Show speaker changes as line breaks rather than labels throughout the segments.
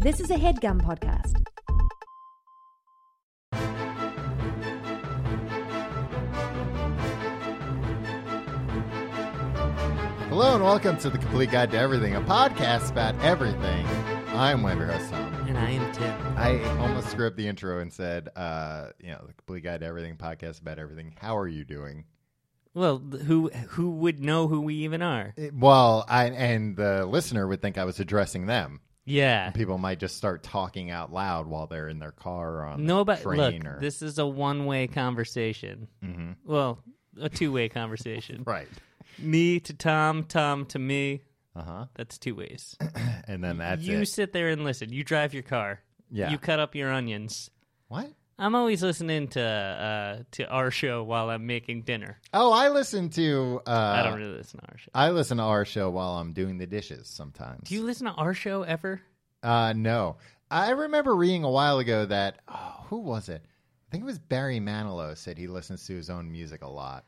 This is a headgum podcast.
Hello and welcome to the Complete Guide to Everything, a podcast about everything. I'm one of your hosts, Tom.
And I am Tim.
I almost screwed up the intro and said, uh, you know, the Complete Guide to Everything podcast about everything. How are you doing?
Well, th- who who would know who we even are?
It- well, I, and the listener would think I was addressing them.
Yeah.
People might just start talking out loud while they're in their car or on the
Nobody.
train
Look,
or
this is a one-way conversation. Mm-hmm. Well, a two-way conversation.
right.
Me to Tom, Tom to me.
Uh huh.
That's two ways.
And then that's
you
it.
sit there and listen. You drive your car.
Yeah.
You cut up your onions.
What?
I'm always listening to uh, to our show while I'm making dinner.
Oh, I listen to. Uh,
I don't really listen to our show.
I listen to our show while I'm doing the dishes sometimes.
Do you listen to our show ever?
Uh, no. I remember reading a while ago that oh, who was it? I think it was Barry Manilow said he listens to his own music a lot.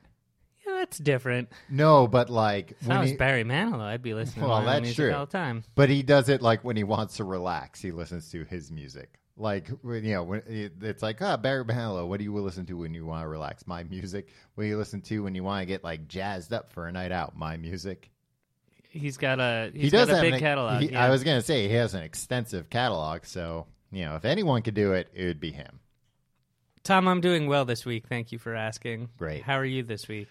Yeah, that's different.
No, but like
If I
when
was
he,
Barry Manilow, I'd be listening
Well,
to my
that's
own music
true.
all the time.
but he does it like when he wants to relax, he listens to his music. Like when, you know, when it's like, ah, Barry Manilow, what do you listen to when you want to relax? My music. What do you listen to when you want to get like jazzed up for a night out? My music.
He's got a
he
he's
does
got
have
a big
an-
catalog.
he-
yeah.
I was gonna say he has an extensive catalog, so you know, if anyone could do it, it would be him.
Tom, I'm doing well this week. Thank you for asking.
Great.
How are you this week?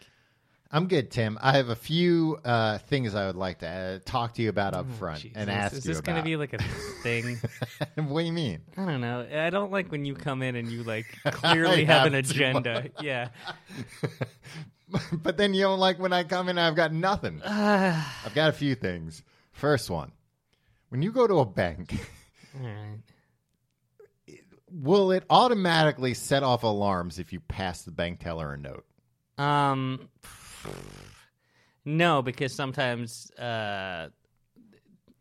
I'm good, Tim. I have a few uh, things I would like to uh, talk to you about up front and
Jesus,
ask
is
you
this
about.
gonna be like a thing?
what do you mean?
I don't know. I don't like when you come in and you like clearly
have
have, an
too
agenda. yeah.
but then you don't like when I come in. I've got nothing. I've got a few things. First one: when you go to a bank,
All right.
will it automatically set off alarms if you pass the bank teller a note?
Um, no, because sometimes uh,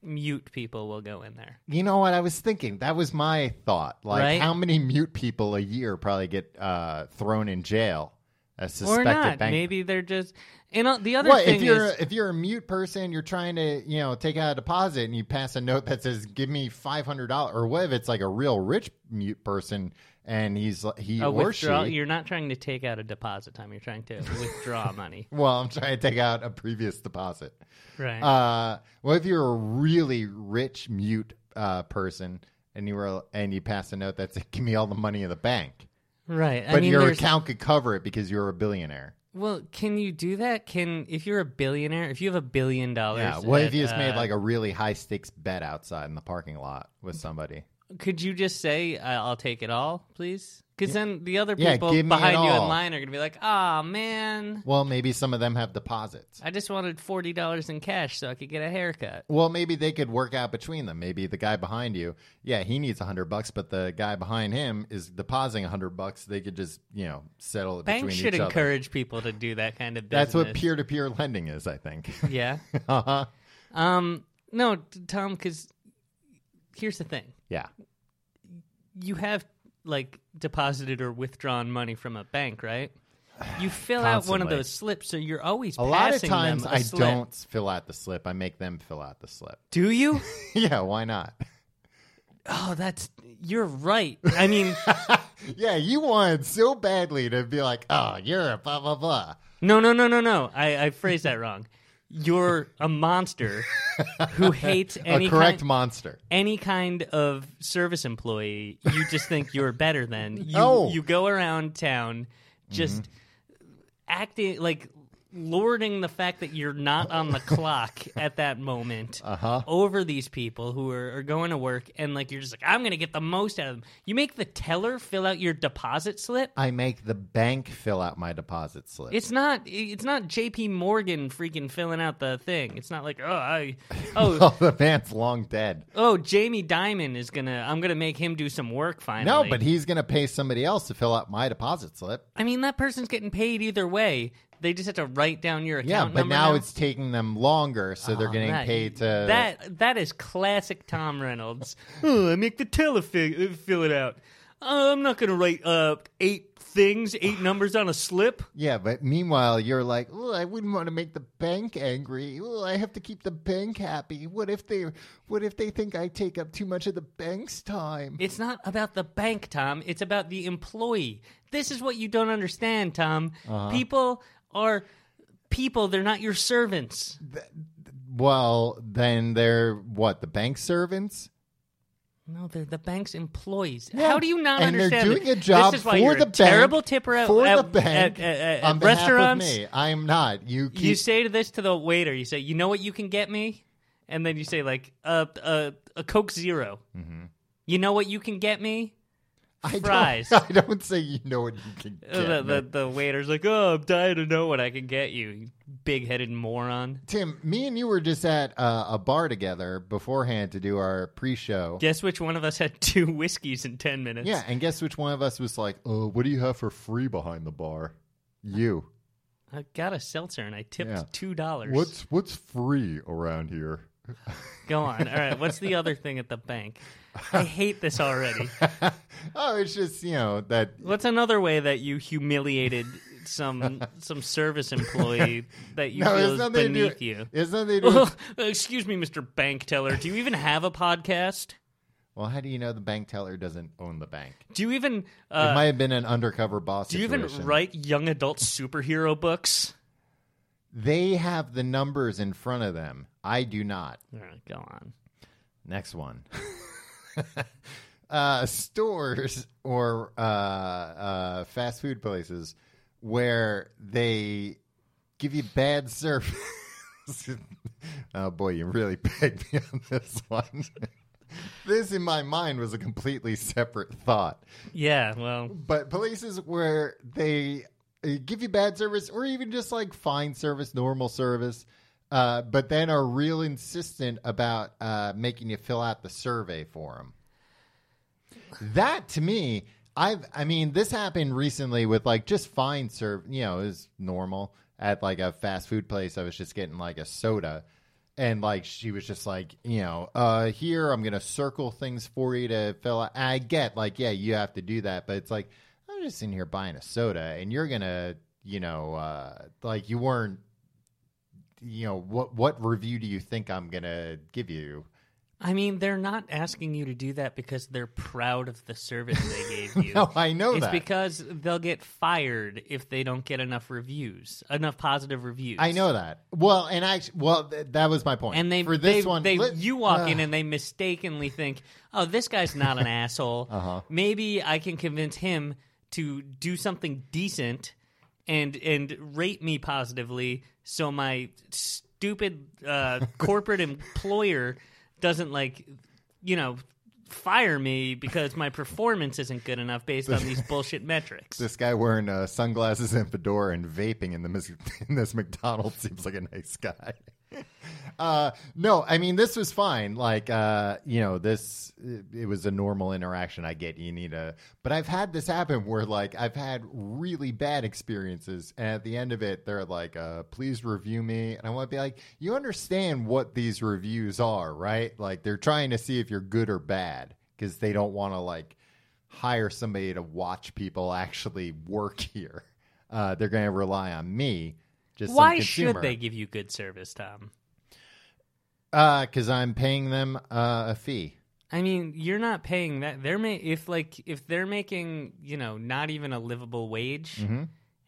mute people will go in there.
You know what I was thinking? That was my thought. Like,
Right?
how many mute people a year probably get uh, thrown in jail as
Or
suspected
not.
bank
Maybe they're just. And uh, the other
Well,
thing
if you're
is,
if you're a mute person, you're trying to you know take out a deposit, and you pass a note that says "Give me five hundred dollars," or what if it's like a real rich mute person and he's he
a
or
withdrawal.
she.
You're not trying to take out a deposit time. You're trying to withdraw money.
Well, I'm trying to take out a previous deposit.
Right.
Uh, well, if you're a really rich mute uh, person and you were and you pass a note that says "Give me all the money in the bank,"
right. I
but
mean,
your
there's,
account could cover it because you're a billionaire.
well, can you do that? Can if you're a billionaire, if you have a billion dollars,
Yeah. What if
at,
you just made
uh,
like a really high stakes bet outside in the parking lot with somebody?
Could you just say, I- "I'll take it all, please"? Because then the other
Yeah,
people
give me it
behind you in
all.
line are going to be like, "Ah, man."
Well, maybe some of them have deposits.
I just wanted forty dollars in cash so I could get a haircut.
Well, maybe they could work out between them. Maybe the guy behind you, yeah, he needs a hundred bucks, but the guy behind him is depositing a hundred bucks. They could just, you know, settle it
Banks
between
should
each other.
encourage people to do that kind of business.
That's what peer-to-peer lending is, I think.
Yeah.
uh-huh.
Um. No, t- Tom. Because here's the thing:
Yeah,
you have like deposited or withdrawn money from a bank, right? You fill out one of
Constantly.
those slips, so you're always
a lot of
passing
times
them a
I
slip.
don't fill out the slip. I make them fill out the slip.
Do you?
yeah, why not?
Oh, that's you're right. I mean,
yeah, you wanted so badly to be like, oh, you're a blah blah blah.
no, no, no, no, no. I, I phrased that wrong. You're a monster who hates any
a correct
kind,
monster.
any kind of service employee. You just think you're better than you.
No.
You go around town just acting like lording the fact that you're not on the clock at that moment over these people who are, are going to work and like you're just like i'm gonna get the most out of them you make the teller fill out your deposit slip
I make the bank fill out my deposit slip.
It's not. It's not J.P. Morgan freaking filling out the thing. It's not like oh, I, oh,
oh, the man's long dead.
oh, Jamie Dimon is gonna. I'm gonna make him do some work finally.
No, but he's going to pay somebody else to fill out my deposit slip.
I mean that person's getting paid either way. They just have to write down your account.
Yeah, but
number
now, it's taking them longer, so they're
Oh,
getting
that-
paid to.
that. That is classic Tom Reynolds. oh, I make the teller fi- uh, fill it out. "Uh, I'm not going to write uh, eight things, eight numbers on a slip.
Yeah, but meanwhile, you're like, oh, I wouldn't want to make the bank angry. Oh, I have to keep the bank happy. What if they, what if they think I take up too much of the bank's time?
It's not about the bank, Tom. It's about the employee. This is what you don't understand, Tom.
Uh-huh.
People are people, they're not your servants.
Well, then they're what the bank servants.
No, they're the bank's employees. How do you not
and
understand?
they're doing
that?
a job
this is why
for
you're
the
a
bank,
terrible tipper at,
for
at,
the bank
at, at- at-
on
at
behalf
restaurants.
Of me. I am not. You keep
You say this to the waiter. You say, "You know what you can get me," and then you say, "Like a a, a Coke 0
Mm-hmm.
You know what you can get me?
I don't-
fries.
I don't say you know what you can get.
Uh, the,
man.
the the waiter's like, "Oh, I'm dying to know what I can get you, you big headed moron."
Tim, me and you were just at uh, a bar together beforehand to do our pre-show.
Guess which one of us had two whiskeys in ten minutes?
Yeah, and guess which one of us was like, "Oh, what do you have for free behind the bar?" You.
I got a seltzer and I tipped
Yeah.
two dollars.
what's free around here?
Go on. All right. What's the other thing at the bank? I hate this already.
oh, it's just you know that
What's another way that you humiliated some some service employee that you
no,
feel
it's
is
nothing to
beneath
do.
you?
It's nothing to do.
Well,
with-
excuse me, Mr. Bank Teller. Do you even have a podcast?
well, how do you know the bank teller doesn't own the bank?
Do you even
it
uh,
might have been an undercover boss.
do you even
situation.
write young adult superhero books?
They have the numbers in front of them. I do not.
All right, go on.
Next one. uh, stores or uh, uh, fast food places where they give you bad service. oh boy, you really pegged me on this one. this in my mind was a completely separate thought.
Yeah, well,
But places where they uh, give you bad service or even just like fine service, normal service, uh, but then are real insistent about uh, making you fill out the survey for them. That to me, I've, I mean, this happened recently with like just fine service, you know, is normal at like a fast food place. I was just getting like a soda. And like she was just like, you know, uh, here I'm gonna circle things for you to fill out. I get like, yeah, you have to do that, but it's like I'm just in here buying a soda, and you're gonna, you know, uh, like you weren't, you know, what what review do you think I'm gonna give you?
I mean, they're not asking you to do that because they're proud of the service they gave you.
No, I know
it's
that.
because they'll get fired if they don't get enough reviews, enough positive reviews.
I know that. Well, and I well th- that was my point.
And they
for this
they-
one,
they-
let- uh,
you walk
Ugh.
in and they mistakenly think, "Oh, this guy's not an asshole.
Uh-huh.
Maybe I can convince him to do something decent and and rate me positively, so my stupid uh, corporate employer doesn't like, you know." Fire me because my performance isn't good enough based on these bullshit metrics.
This guy wearing uh, sunglasses and fedora and vaping in the mis- in this McDonald's seems like a nice guy. Uh, no, I mean this was fine. Like uh, you know, this it, it was a normal interaction. I get you need a, but I've had this happen where like I've had really bad experiences, and at the end of it, they're like, uh, "Please review me," and I want to be like, "You understand what these reviews are, right? Like they're trying to see if you're good or bad because they don't want to like." hire somebody to watch people actually work here. Uh, they're going to rely on me. Just some
Why
consumer.
should they give you good service, Tom?
Because Uh, I'm paying them uh, a fee.
I mean, you're not paying that. They're ma- if like if they're making you know not even a livable wage,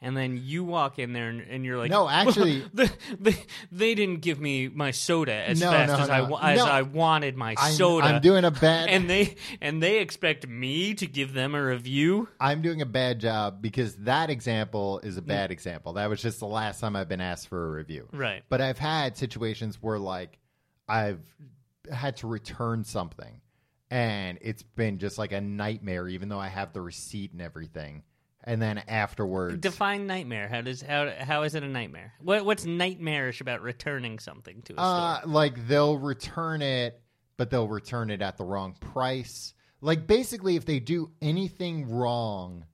and then you walk in there and, and you're like,
Mm-hmm. No, actually-
the, the, they didn't give me my soda as
No,
fast
no,
as I
no.
wa- as
No.
I wanted my
I'm,
soda.
I'm doing a bad.
and they and they expect me to give them a review.
I'm doing a bad job because that example is a bad example. That was just the last time I've been asked for a review.
Mm. Right.
But I've had situations where like I've had to return something and it's been just like a nightmare even though I have the receipt and everything. And then afterwards
Define nightmare. How does how how is it a nightmare? What what's nightmarish about returning something to a
Uh,
store?
like they'll return it, but they'll return it at the wrong price. Like basically, if they do anything wrong,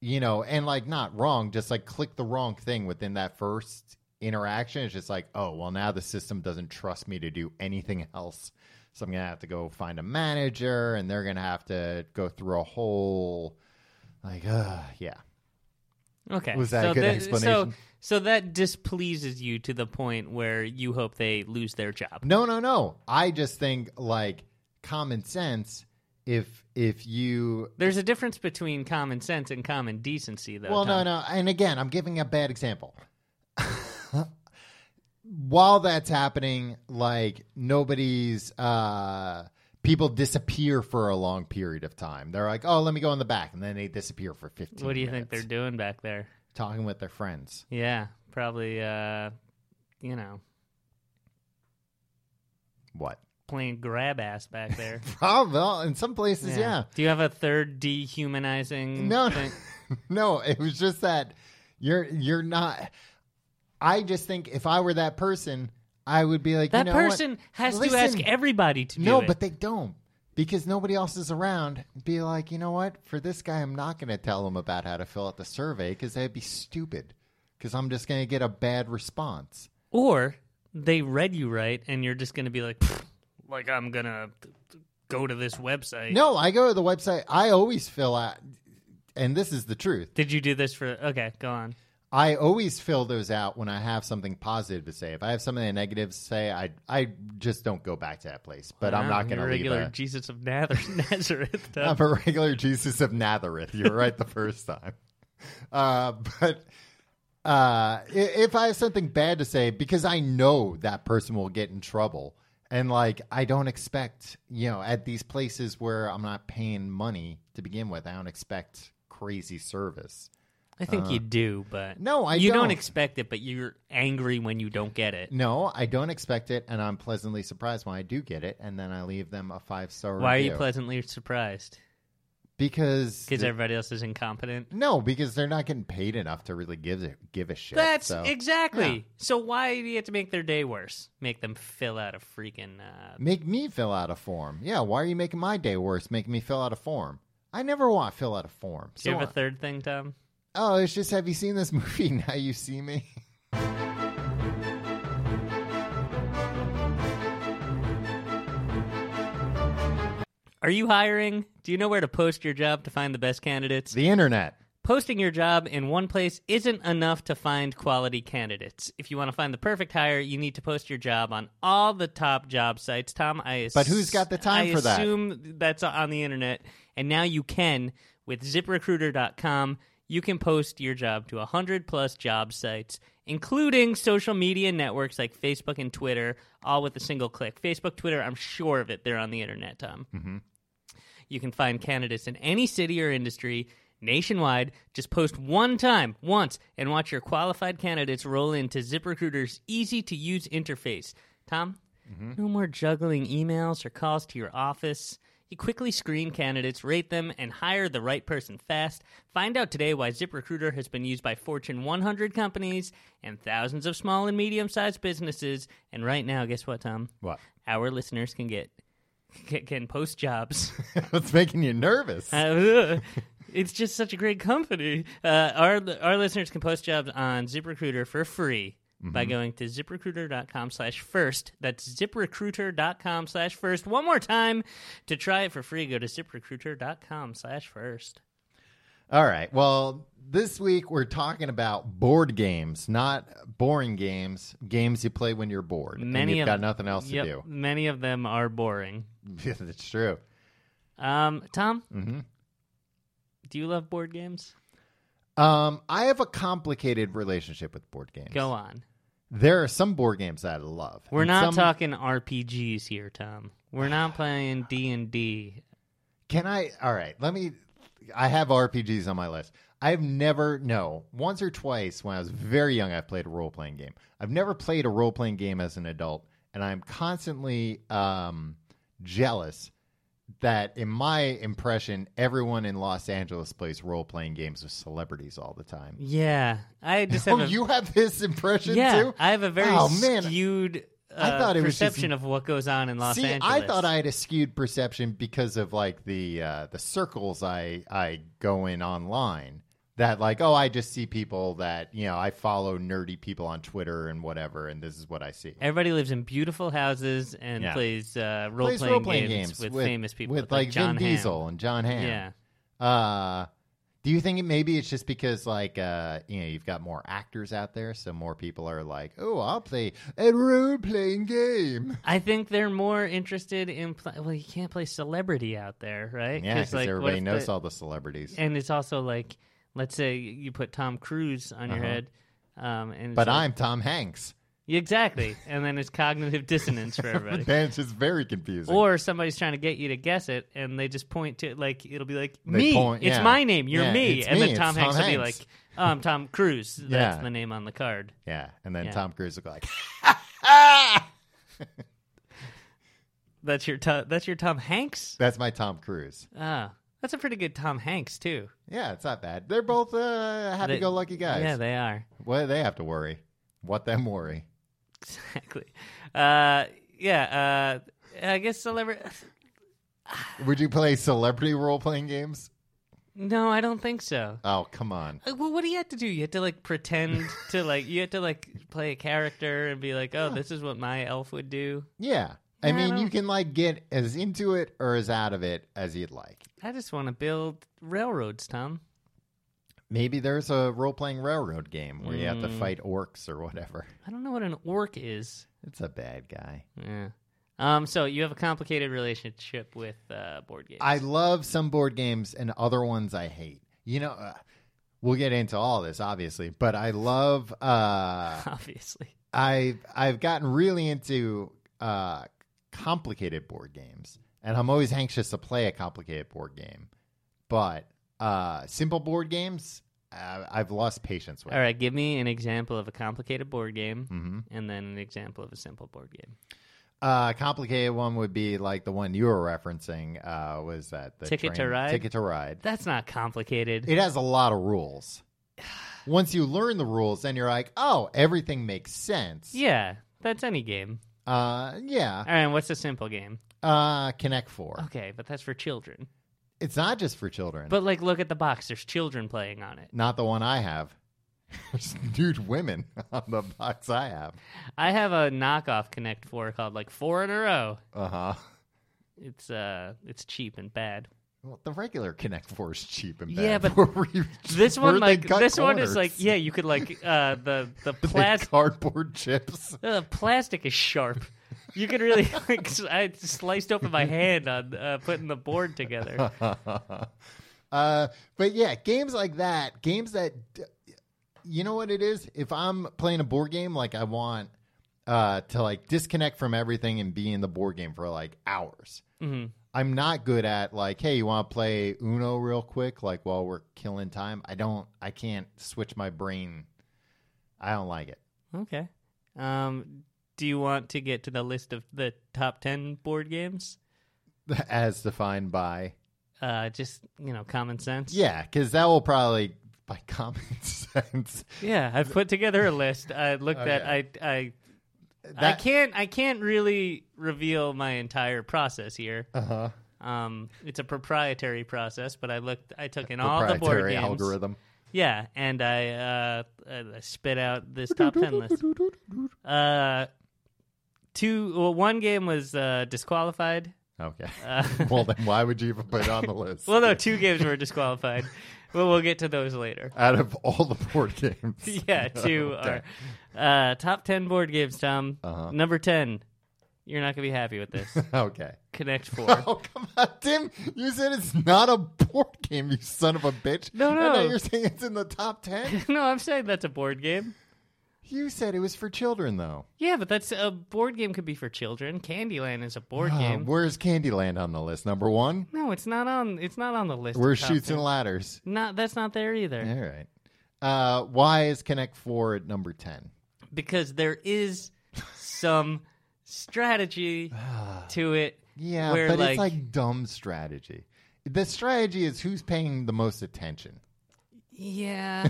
you know, and like not wrong, just like click the wrong thing within that first interaction, it's just like, oh, well, now the system doesn't trust me to do anything else. So I'm gonna have to go find a manager, and they're gonna have to go through a whole like, uh, yeah.
Okay.
Was that a
so
good
that-
explanation?
So, so that displeases you to the point where you hope they lose their job.
No, no, no. I just think like common sense. If if you
There's a difference between common sense and common decency, though.
Well, no,
Tom.
no. And again, I'm giving a bad example. While that's happening, like nobody's uh people disappear for a long period of time. They're like, "Oh, let me go in the back." And then they disappear for 15
What do you
minutes,
think they're doing back there?
talking with their friends.
Yeah, probably. Uh, you know,
What?
playing grab ass back there.
Oh, well, in some places, yeah.
Do you have a third dehumanizing?
No,
thing?
no, it was just that you're you're not. I just think if I were that person, I would be like
That
you know what?
person has to
Listen.
ask everybody to do
No,
it.
but they don't because nobody else is around. Be like, you know what? For this guy, I'm not going to tell him about how to fill out the survey because that'd be stupid. Because I'm just going to get a bad response.
or they read you right, and you're just going to be like, "Pfft, like I'm gonna go to this website.
No, I go to the website. I always fill out, and this is the truth.
Did you do this for? Okay, go on.
I always fill those out when I have something positive to say. If I have something negative to say, I I just don't go back to that place. But I'm
Wow,
not going
you're
to
a
leave.
regular
A,
Jesus of Nazareth. Nazareth Tom.
I'm a regular Jesus of Nazareth. You're right the first time. Uh, but uh, i- if I have something bad to say, because I know that person will get in trouble, and like I don't expect, you know, at these places where I'm not paying money to begin with, I don't expect crazy service.
I think
Uh.
you do, but
No, I
you don't.
don't.
expect it, but you're angry when you don't get it.
No, I don't expect it, and I'm pleasantly surprised when I do get it, and then I leave them a five star.
Why are you pleasantly surprised?
Because
Because everybody else is incompetent.
no, because they're not getting paid enough to really give a- give a shit.
That's
so.
exactly.
Yeah.
So why do you have to make their day worse? Make them fill out a freaking. Uh,
Make me fill out a form. Yeah, why are you making my day worse? Making me fill out a form. I never want to fill out a form.
do you have
So-
a third thing, Tom?
oh, it's just have you seen this movie? Now you see me.
Are you hiring? Do you know where to post your job to find the best candidates?
The internet.
Posting your job in one place isn't enough to find quality candidates. If you want to find the perfect hire, you need to post your job on all the top job sites. Tom, I
But who's got the time
I
for that?
assume that's on the internet, and now you can with ZipRecruiter.com. You can post your job to 100 plus job sites, including social media networks like Facebook and Twitter, all with a single click. Facebook, Twitter, I'm sure of it. They're on the internet, Tom. You can find candidates in any city or industry nationwide. Just post one time, once, and watch your qualified candidates roll into ZipRecruiter's easy to use interface. Tom, no more juggling emails or calls to your office. You quickly screen candidates, rate them, and hire the right person fast. Find out today why ZipRecruiter has been used by Fortune 100 companies and thousands of small and medium sized businesses. And right now, guess what, Tom?
What?
Our listeners can get. Can can post jobs
What's making you nervous?
uh, it's just such a great company. Uh, our our listeners can post jobs on ZipRecruiter for free
Mm-hmm.
by going to ziprecruiter.com slash first. That's ziprecruiter.com slash first. One more time to try it for free, go to ziprecruiter.com slash first.
All right. Well, this week we're talking about board games, not boring games. Games you play when you're bored and
Many
you've
of,
got nothing else
yep,
to
Many of them are boring.
do. That's true.
Um, Tom,
Mm-hmm.
do you love board games?
Um, I have a complicated relationship with board games.
Go on.
There are some board games that I love.
We're
and
not
some-
talking RPGs here, Tom. We're not playing D&D
Can I? All right, let me. I have RPGs on my list. I've never, no, once or twice when I was very young, I played a role playing game. I've never played a role playing game as an adult, and I'm constantly um, jealous that, in my impression, everyone in Los Angeles plays role playing games with celebrities all the time.
Yeah, I just have
Oh,
a,
you have this impression
yeah,
too?
I have a very
Oh, man.
skewed uh,
I thought it was just-
perception of what goes on in Los
See,
Angeles.
I thought I had a skewed perception because of like the uh, the circles I I go in online. that like oh i just see people that you know i follow nerdy people on twitter and whatever and this is what i see
Everybody lives in beautiful houses and
Yeah.
plays uh, role
Plays
playing
role-playing
games, with, famous people,
with like,
John
Vin
Hamm.
Diesel and John Hamm.
Yeah,
Uh, do you think it maybe it's just because like uh, you know you've got more actors out there, so more people are like, oh, I'll play a role playing game.
I think they're more interested in. Pl- well, you can't play celebrity out there, right?
Yeah, because
like, what
everybody
if
knows
the-
all the celebrities.
And it's also like, let's say you put Tom Cruise on your
Uh-huh.
head, um, and it's
But
like-
I'm Tom Hanks.
Yeah, exactly, and then it's cognitive dissonance for everybody.
Then it's just very confusing.
Or somebody's trying to get you to guess it, and they just point to like it'll be like
They
me.
point-
it's
yeah.
my name. You're
Yeah,
me.
it's
And
me,
then
it's
Tom
Tom
Hanks will be like,
Hanks.
oh, I'm Tom Cruise. That's
Yeah.
the name on the card.
yeah, and then
Yeah.
Tom Cruise will go like,
That's your to- that's your Tom Hanks.
that's my Tom Cruise.
Ah, that's a pretty good Tom Hanks too.
Yeah, it's not bad. They're both uh,
They-
happy-go-lucky guys.
Yeah, they are
what do they have to worry? What them worry?
exactly. Uh, yeah. Uh, I guess celebrity.
Would you play celebrity role-playing games?
No, I don't think so.
Oh, come on.
Uh, Well, what do you have to do? You have to like pretend to like you have to like play a character and be like, oh, this is what my elf would do.
Yeah. I
Yeah, I
mean, you
don't-
can like get as into it or as out of it as you'd like.
I just want to build railroads, Tom.
Maybe there's a role playing railroad game where you have to
Mm.
fight orcs or whatever.
I don't know what an orc is.
It's a bad guy.
Yeah. Um. So you have a complicated relationship with uh, board games.
I love some board games and other ones I hate. You know, uh, we'll get into all this obviously, but I love uh
obviously.
I've I've gotten really into uh, complicated board games, and I'm always anxious to play a complicated board game. But uh, simple board games, uh, I've lost patience with.
All right. Give me an example of a complicated board game,
Mm-hmm.
and then an example of a simple board game.
Uh, complicated one would be like the one you were referencing. Uh, was that the
Ticket to
train-
Ride?
Ticket to ride.
That's not complicated.
It has a lot of rules. Once you learn the rules, then you're like, oh, everything makes sense.
yeah. That's any game.
Uh, yeah.
All right. What's a simple game?
Uh, Connect Four.
Okay, but that's for children.
It's not just for children.
But like, look at the box. There's children playing on it.
Not the one I have. There's nude women on the box I have.
I have a knockoff Connect Four called like Four in a Row.
Uh huh.
It's uh, it's cheap and bad.
Well, the regular Connect Four is cheap and bad.
Yeah, but
Where we-
This
where
one,
they
like
cut
this one, is like
corners.
yeah, you could like uh, the the
Big
plastic
cardboard chips.
the plastic is sharp. You could really like s- I sliced open my hand on uh, putting the board together.
uh, but yeah, games like that, games that, d- you know what it is. If I'm playing a board game, like I want uh, to like disconnect from everything and be in the board game for like hours.
hmm
I'm not good at like, hey, you want to play Uno real quick, like while we're killing time. I don't, I can't switch my brain. I don't like it.
Okay. Um, do you want to get to the list of the top ten board games?
As defined by,
Uh, just you know, common sense.
yeah, because that will probably, by common sense,
Yeah, I've put together a list. I looked
Okay.
at. I I I
that,
can't. I can't really reveal my entire process here.
uh-huh,
Um, it's a proprietary process, but I looked. I took in all the board
proprietary
games.
algorithm.
Yeah, and I uh, I spit out this top ten list. Uh, two. Well, one game was uh, disqualified.
Okay.
Uh,
well, then why would you even put it on the list?
Well, no, two games were disqualified. Well, we'll get to those later.
Out of all the board games,
yeah, two are uh, top ten board games. Tom,
Uh-huh.
number ten. You're not gonna be happy with this.
okay.
Connect Four.
Oh come on, Tim! You said it's not a board game, you son of a bitch.
No,
And
no.
now you're saying it's in the top ten.
no, I'm saying that's a board game.
you said it was for children, though.
Yeah, but that's a board game could be for children. Candyland is a board
Oh,
game.
where's Candyland on the list? Number one.
No, it's not on. It's not on the list.
Where's
of top
Shoots
10.
and Ladders?
Not that's not there either.
All right. Uh, why is Connect Four at number ten?
because there is some strategy
Ah.
to it.
Yeah,
where
but
like,
it's like dumb strategy. The strategy is who's paying the most attention.
yeah,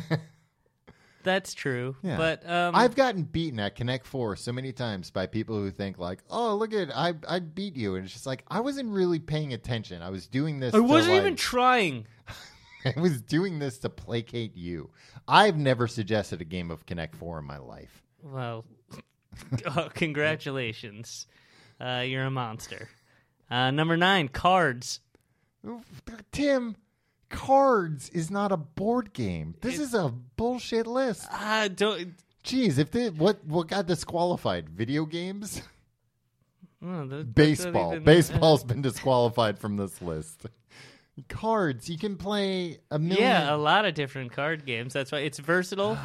that's true.
Yeah.
But um,
I've gotten beaten at Connect Four so many times by people who think like, "Oh, look at I I beat you," and it's just like I wasn't really paying attention. I was doing this.
I
to,
wasn't even
like-
trying.
I was doing this to placate you. I've never suggested a game of Connect Four in my life.
Well, oh, congratulations. Uh, you're a monster. Uh, number nine, cards.
Tim, cards is not a board game. This is a bullshit list.
Uh, don't,
Jeez, if they, what what got disqualified? Video games,
oh, the-
baseball.
even-
Baseball's been disqualified from this list. Cards, you can play a million.
Yeah, a lot of different card games. That's why it's versatile.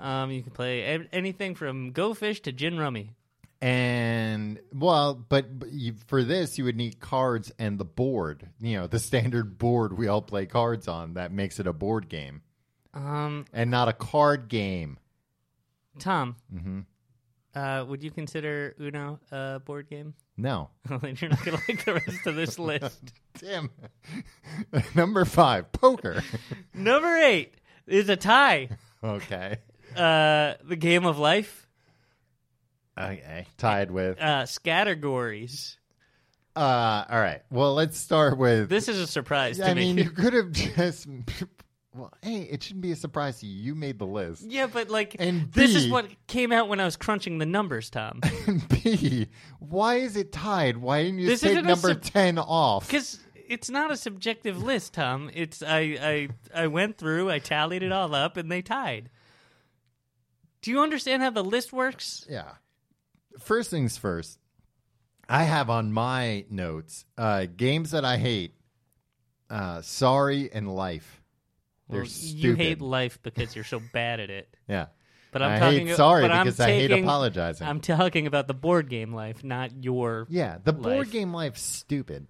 Um, you can play a- anything from Go Fish to Gin Rummy.
and well, but, but you, for this you would need cards and the board. You know, the standard board we all play cards on. That makes it a board game
Um,
and not a card game.
Tom,
Mm-hmm.
uh, would you consider Uno a board game?
No,
Well, then you're not going to like the rest of this list.
Tim. Number five, poker.
Number eight is a tie.
okay,
Uh, the game of life,
okay, tied with.
uh, Scattergories.
Uh, all right. Well, let's start with
This is a surprise to
I
me.
mean, you could have just. Well, hey, it shouldn't be a surprise to you. You made the list.
yeah, but like,
And
this is
B-
what came out when I was crunching the numbers, Tom.
And B, why is it tied? Why didn't you
This
just take
isn't a
number
sub-
ten off?
Because it's not a subjective list, Tom. It's I, I I went through, I tallied it all up, and they tied. Do you understand how the list works?
Yeah. First things first. I have on my notes uh, games that I hate. Uh, sorry and life. They're
Well,
stupid.
you hate life because you're so bad at it.
yeah.
But I'm
I
talking
hate sorry
but I'm
because I hate
taking-
apologizing.
I'm talking about the board game life, not your.
yeah, the board
Life.
game life's stupid.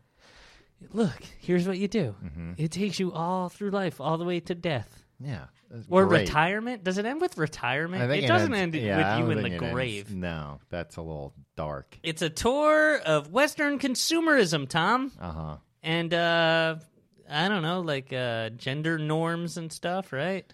Look, here's what you do.
Mm-hmm.
It takes you all through life, all the way to death.
Yeah, that's
Or
great.
retirement? Does it end with retirement?
I think
it doesn't
ends-
end
yeah, I
with
don't
you in
think
the
it
grave.
Ends, no, that's a little dark.
It's a tour of Western consumerism, Tom,
Uh huh.
and uh, I don't know, like uh, gender norms and stuff, right?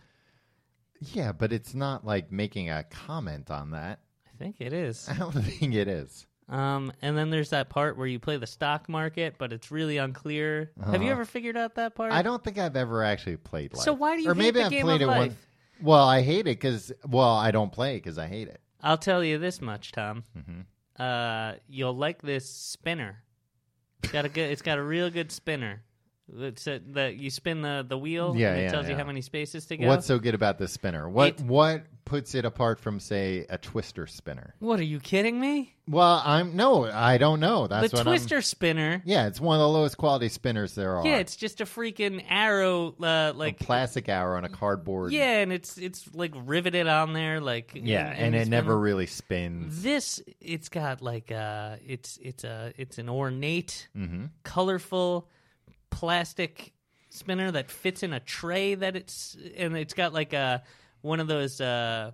Yeah, but it's not like making a comment on that.
I think it is.
I don't think it is.
Um, and then there's that part where you play the stock market, but it's really unclear. Have you ever figured out that part?
Uh-huh. I don't think I've ever actually played life.
So why do you
or
hate
maybe
the
I've
game
played
of
it one.
life?
Well, I hate it because well, I don't play it because I hate it.
I'll tell you this much, Tom.
Mm-hmm.
Uh, you'll like this spinner. It's got a good. It's got a real good spinner. It's a, the, you spin the, the wheel,
Yeah,
and it
yeah,
tells you
yeah.
how many spaces to go.
What's so good about the spinner? What
It-
what puts it apart from say a twister spinner?
what are you kidding me?
Well, I'm no, I don't know. That's
the
what
twister
I'm,
spinner.
yeah, it's one of the lowest quality spinners there are.
Yeah, it's just a freaking arrow, uh,
a
like
plastic hour on a cardboard.
yeah, and it's it's like riveted on there, like
Yeah, and,
it's
it
been-
never really spins.
This it's got like uh it's it's a it's an ornate,
Mm-hmm.
colorful plastic spinner that fits in a tray that it's and it's got like a one of those uh,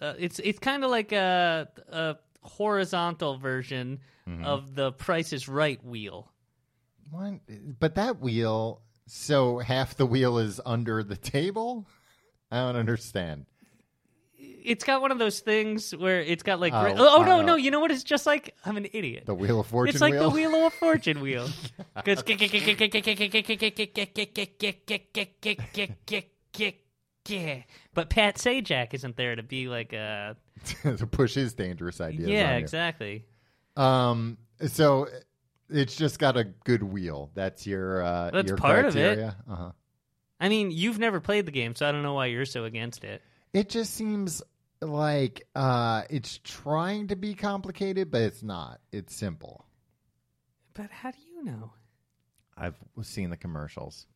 uh it's it's kind of like a a horizontal version
Mm-hmm.
of the Price is Right wheel. Mm-hmm.
One, but that wheel, so half the wheel is under the table. I don't understand.
It's got one of those things where it's got like.
Oh,
ri- oh,
I
no,
know.
no! You know what? It's just like I'm an idiot.
The wheel of fortune.
it's like
wheel.
the wheel of fortune wheel. Goes but Pat Sajak isn't there to be like a
to push his dangerous ideas. on
yeah,
you.
exactly.
Um, so it's just got a good wheel. That's your uh,
That's
your
part of it.
criteria. Of it. Uh-huh.
I mean, you've never played the game, so I don't know why you're so against it.
It just seems like uh, it's trying to be complicated, but it's not. It's simple.
But how do you know?
I've seen the commercials.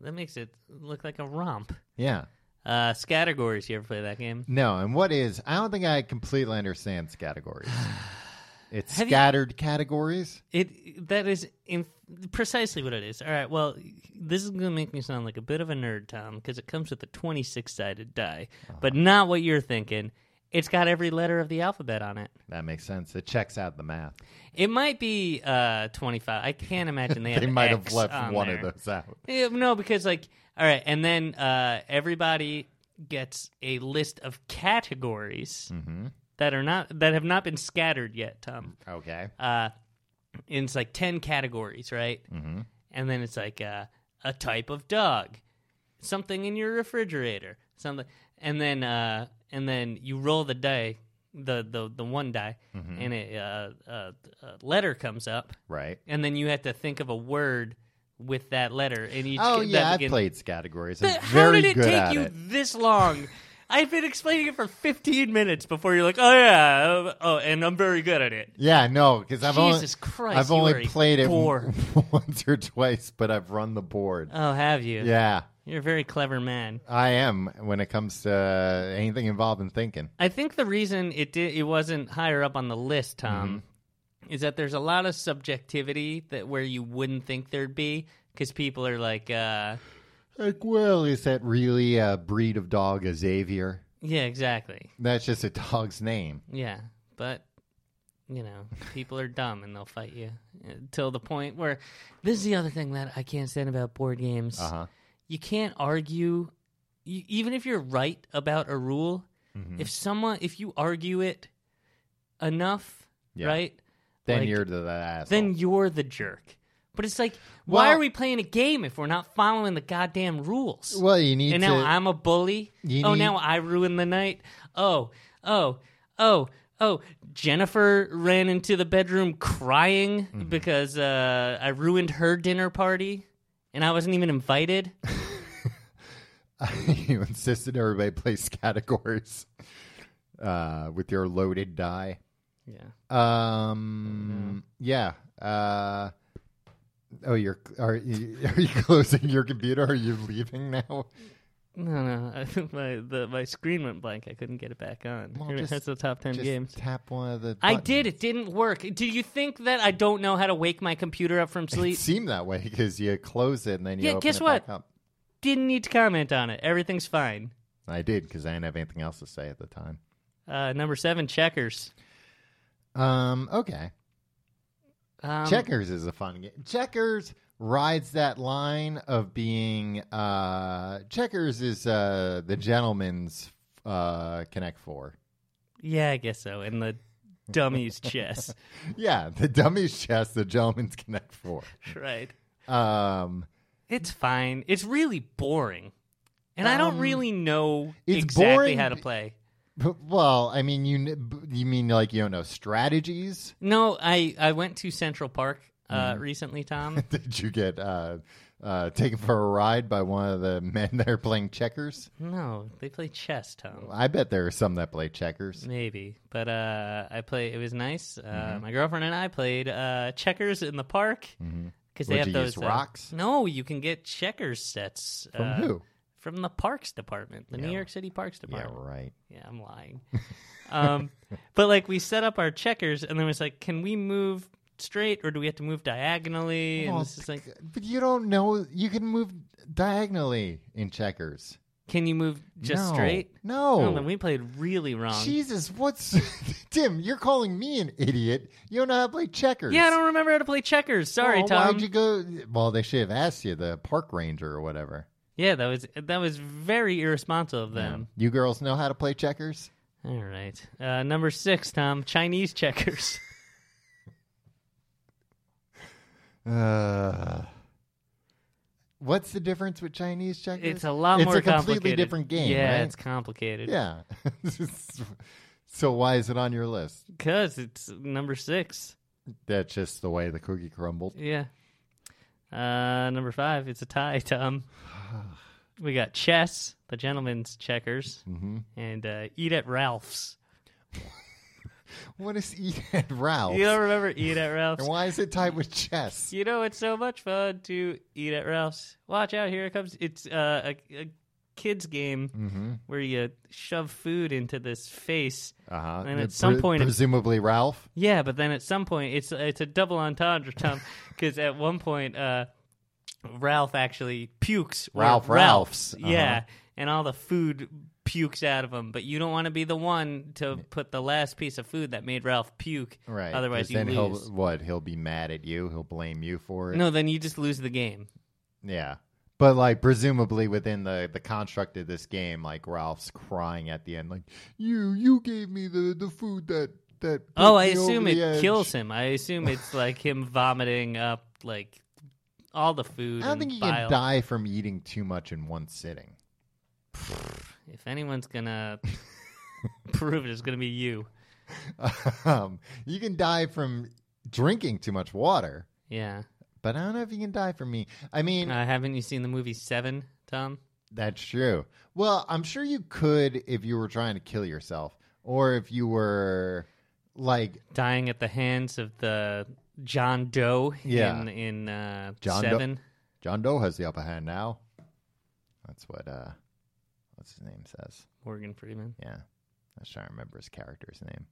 That makes it look like a romp.
Yeah.
Uh, Scattergories. You ever play that game?
No, and what is? I don't think I completely understand categories. It's
Have you-
scattered categories.
It that is in, precisely what it is. All right. Well, this is going to make me sound like a bit of a nerd, Tom, because it comes with a twenty-six sided die, but
Uh-huh.
not what you're thinking. It's got every letter of the alphabet on it.
That makes sense. It checks out the math.
It might be uh, twenty-five. I can't imagine they,
They
have
might have
X
left
on
one
there.
of those out.
Yeah, no, because like, all right, and then uh, everybody gets a list of categories
Mm-hmm.
that are not that have not been scattered yet, Tom.
Okay.
Uh, and it's like ten categories, right? Mm-hmm. And then it's like uh, a type of dog, something in your refrigerator, something, and then uh, and then you roll the die, the the the one die,
Mm-hmm.
and it, uh, uh, a letter comes up,
Right.
and then you have to think of a word with that letter, and each
Oh
that
yeah, I've
begins-
played categories.
But
I'm
how
very
did it
good
take
at
you
it.
this long? I've been explaining it for 15 minutes before you're like, oh yeah, uh, oh, and I'm very good at it.
Yeah, no, because I've
Jesus
only
Christ,
I've
you
only
are a
played it
bore.
once or twice, but I've run the board.
Oh, have you?
yeah,
You're a very clever man.
I am when it comes to uh, anything involved in thinking.
I think the reason it did, it wasn't higher up on the list, Tom,
Mm-hmm.
is that there's a lot of subjectivity that where you wouldn't think there'd be because people are like, uh,
Like, well, is that really a breed of dog, a Xavier?
yeah, exactly,
That's just a dog's name.
yeah, but you know, people are dumb and they'll fight you until the point where this is the other thing that I can't stand about board games.
Uh huh.
you can't argue you, even if you're right about a rule
Mm-hmm.
if someone if you argue it enough
Yeah.
right
Then
Like,
you're the, the asshole.
then you're the jerk but it's like why
Well-
are we playing a game if we're not following the goddamn rules
well, you need
and
to.
now i'm a bully
You
oh
need-
now i ruin the night oh oh oh oh jennifer ran into the bedroom crying
Mm-hmm.
because uh, i ruined her dinner party and i wasn't even invited
you insisted everybody plays categories uh, with your loaded die.
yeah
Um. Yeah. Uh. Oh, you're are you, are you closing your computer? Are you leaving now?
No, no, I, my the my screen went blank. I couldn't get it back on.
Well,
Here,
just-
That's the top ten
Just
games.
tap one of the.
I
buttons.
did. It didn't work. Do you think that I don't know how to wake my computer up from
It
sleep?
seemed that way because you close it and then you
Yeah,
open
guess
it back
what?
up.
Didn't need to comment on it. Everything's fine.
I did because I didn't have anything else to say at the time.
Uh, number seven, checkers.
Um. Okay.
Um,
Checkers is a fun game. Checkers rides that line of being uh checkers is uh the gentleman's uh connect four
Yeah, I guess so. And the dummies chess.
yeah the dummy's chess the gentleman's connect four
Right.
um
It's fine. It's really boring, and I don't
Um,
really know
it's
exactly
boring
how to
b-
play.
but- well i mean you kn- b- you mean like you don't know strategies
No, I I went to Central Park uh,
Mm.
recently, Tom.
did you get uh uh taken for a ride by one of the men that are playing checkers
No, they play chess, Tom.
i bet there are some that play checkers
Maybe, but uh, I play. It was nice. Uh,
Mm-hmm.
My girlfriend and I played uh, checkers in the park because they
Mm-hmm. Would
have
you use
those uh,
rocks?
no, you can get checkers sets
from
uh,
who
From the Parks Department, the New
Yeah.
York City Parks
yeah
Department.
right
Yeah, I'm lying. um, but like we set up our checkers, and then it was like, can we move straight or do we have to move diagonally?
Well,
and this is like,
But you don't know. You can move diagonally in checkers.
can you move just
No.
straight?
No.
No, then we played really wrong.
Jesus, what's Tim? You're calling me an idiot. You don't know how to play checkers.
Yeah, I don't remember how to play checkers. Sorry,
Oh, Well,
Tom.
Why'd you go? Well, they should have asked you, the park ranger or whatever.
Yeah, that was that was very irresponsible of them.
You girls know how to play checkers.
All right, uh, number six, Tom, Chinese checkers.
Uh, what's the difference with Chinese checkers?
It's a lot more.
It's a completely
complicated.
different game.
Yeah,
right?
it's complicated.
yeah. so why is it on your list?
because it's number six.
That's just the way the cookie crumbled.
Yeah. Uh, number five, it's a tie, Tom. We got chess, the gentleman's checkers,
Mm-hmm.
and uh, eat at Ralph's.
What is Eat at Ralph's?
You don't remember eat at Ralph's?
And why is it tied with chess?
You know, it's so much fun to eat at Ralph's. Watch out, here it comes. It's uh, a, a kid's game
Mm-hmm.
where you shove food into this face.
Uh-huh.
And at some point-
presumably Ralph.
Yeah, but then at some point, it's it's a double entendre, Tom, because at one point, uh, Ralph actually pukes. or
Ralph Ralph's, Uh-huh.
Yeah, and all the food pukes out of him. But you don't want to be the one to put the last piece of food that made Ralph puke.
Right.
Otherwise,
'Cause
you
then
lose.
he'll what? He'll be mad at you. He'll blame you for it.
No, then you just lose the game.
Yeah. But like presumably within the the construct of this game, like Ralph's crying at the end, like you you gave me the the food that that. put
Oh, I
me over
assume
the
it
edge."
kills him. I assume it's like him vomiting up like all the food.
I don't
and
think you
bile.
can die from eating too much in one sitting.
If anyone's gonna prove it, it's gonna be you.
um, you can die from drinking too much water,
Yeah.
but I don't know if you can die from me. I mean,
Uh, haven't you seen the movie Seven, Tom?
that's true. Well, I'm sure you could if you were trying to kill yourself, or if you were like
Dying at the hands of the John Doe
Yeah.
in in uh,
John Doe.
Seven.
John Doe has the upper hand now. That's what uh, what's his name says.
Morgan Freeman.
Yeah, I was trying to remember his character's name.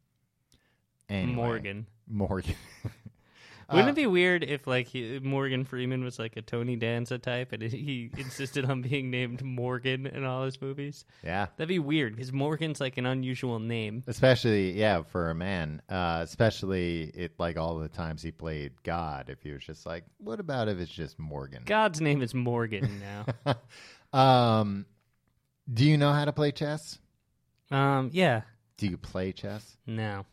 Anyway, Uh,
Morgan.
Morgan.
Wouldn't it be weird if like he, Morgan Freeman was like a Tony Danza type and he insisted on being named Morgan in all his movies?
yeah.
That'd be weird because Morgan's like an unusual name.
especially yeah for a man uh especially it like all the times he played god if he was just like what about if it's just morgan
God's name is Morgan now.
um do you know how to play chess
um, yeah.
do you play chess
No.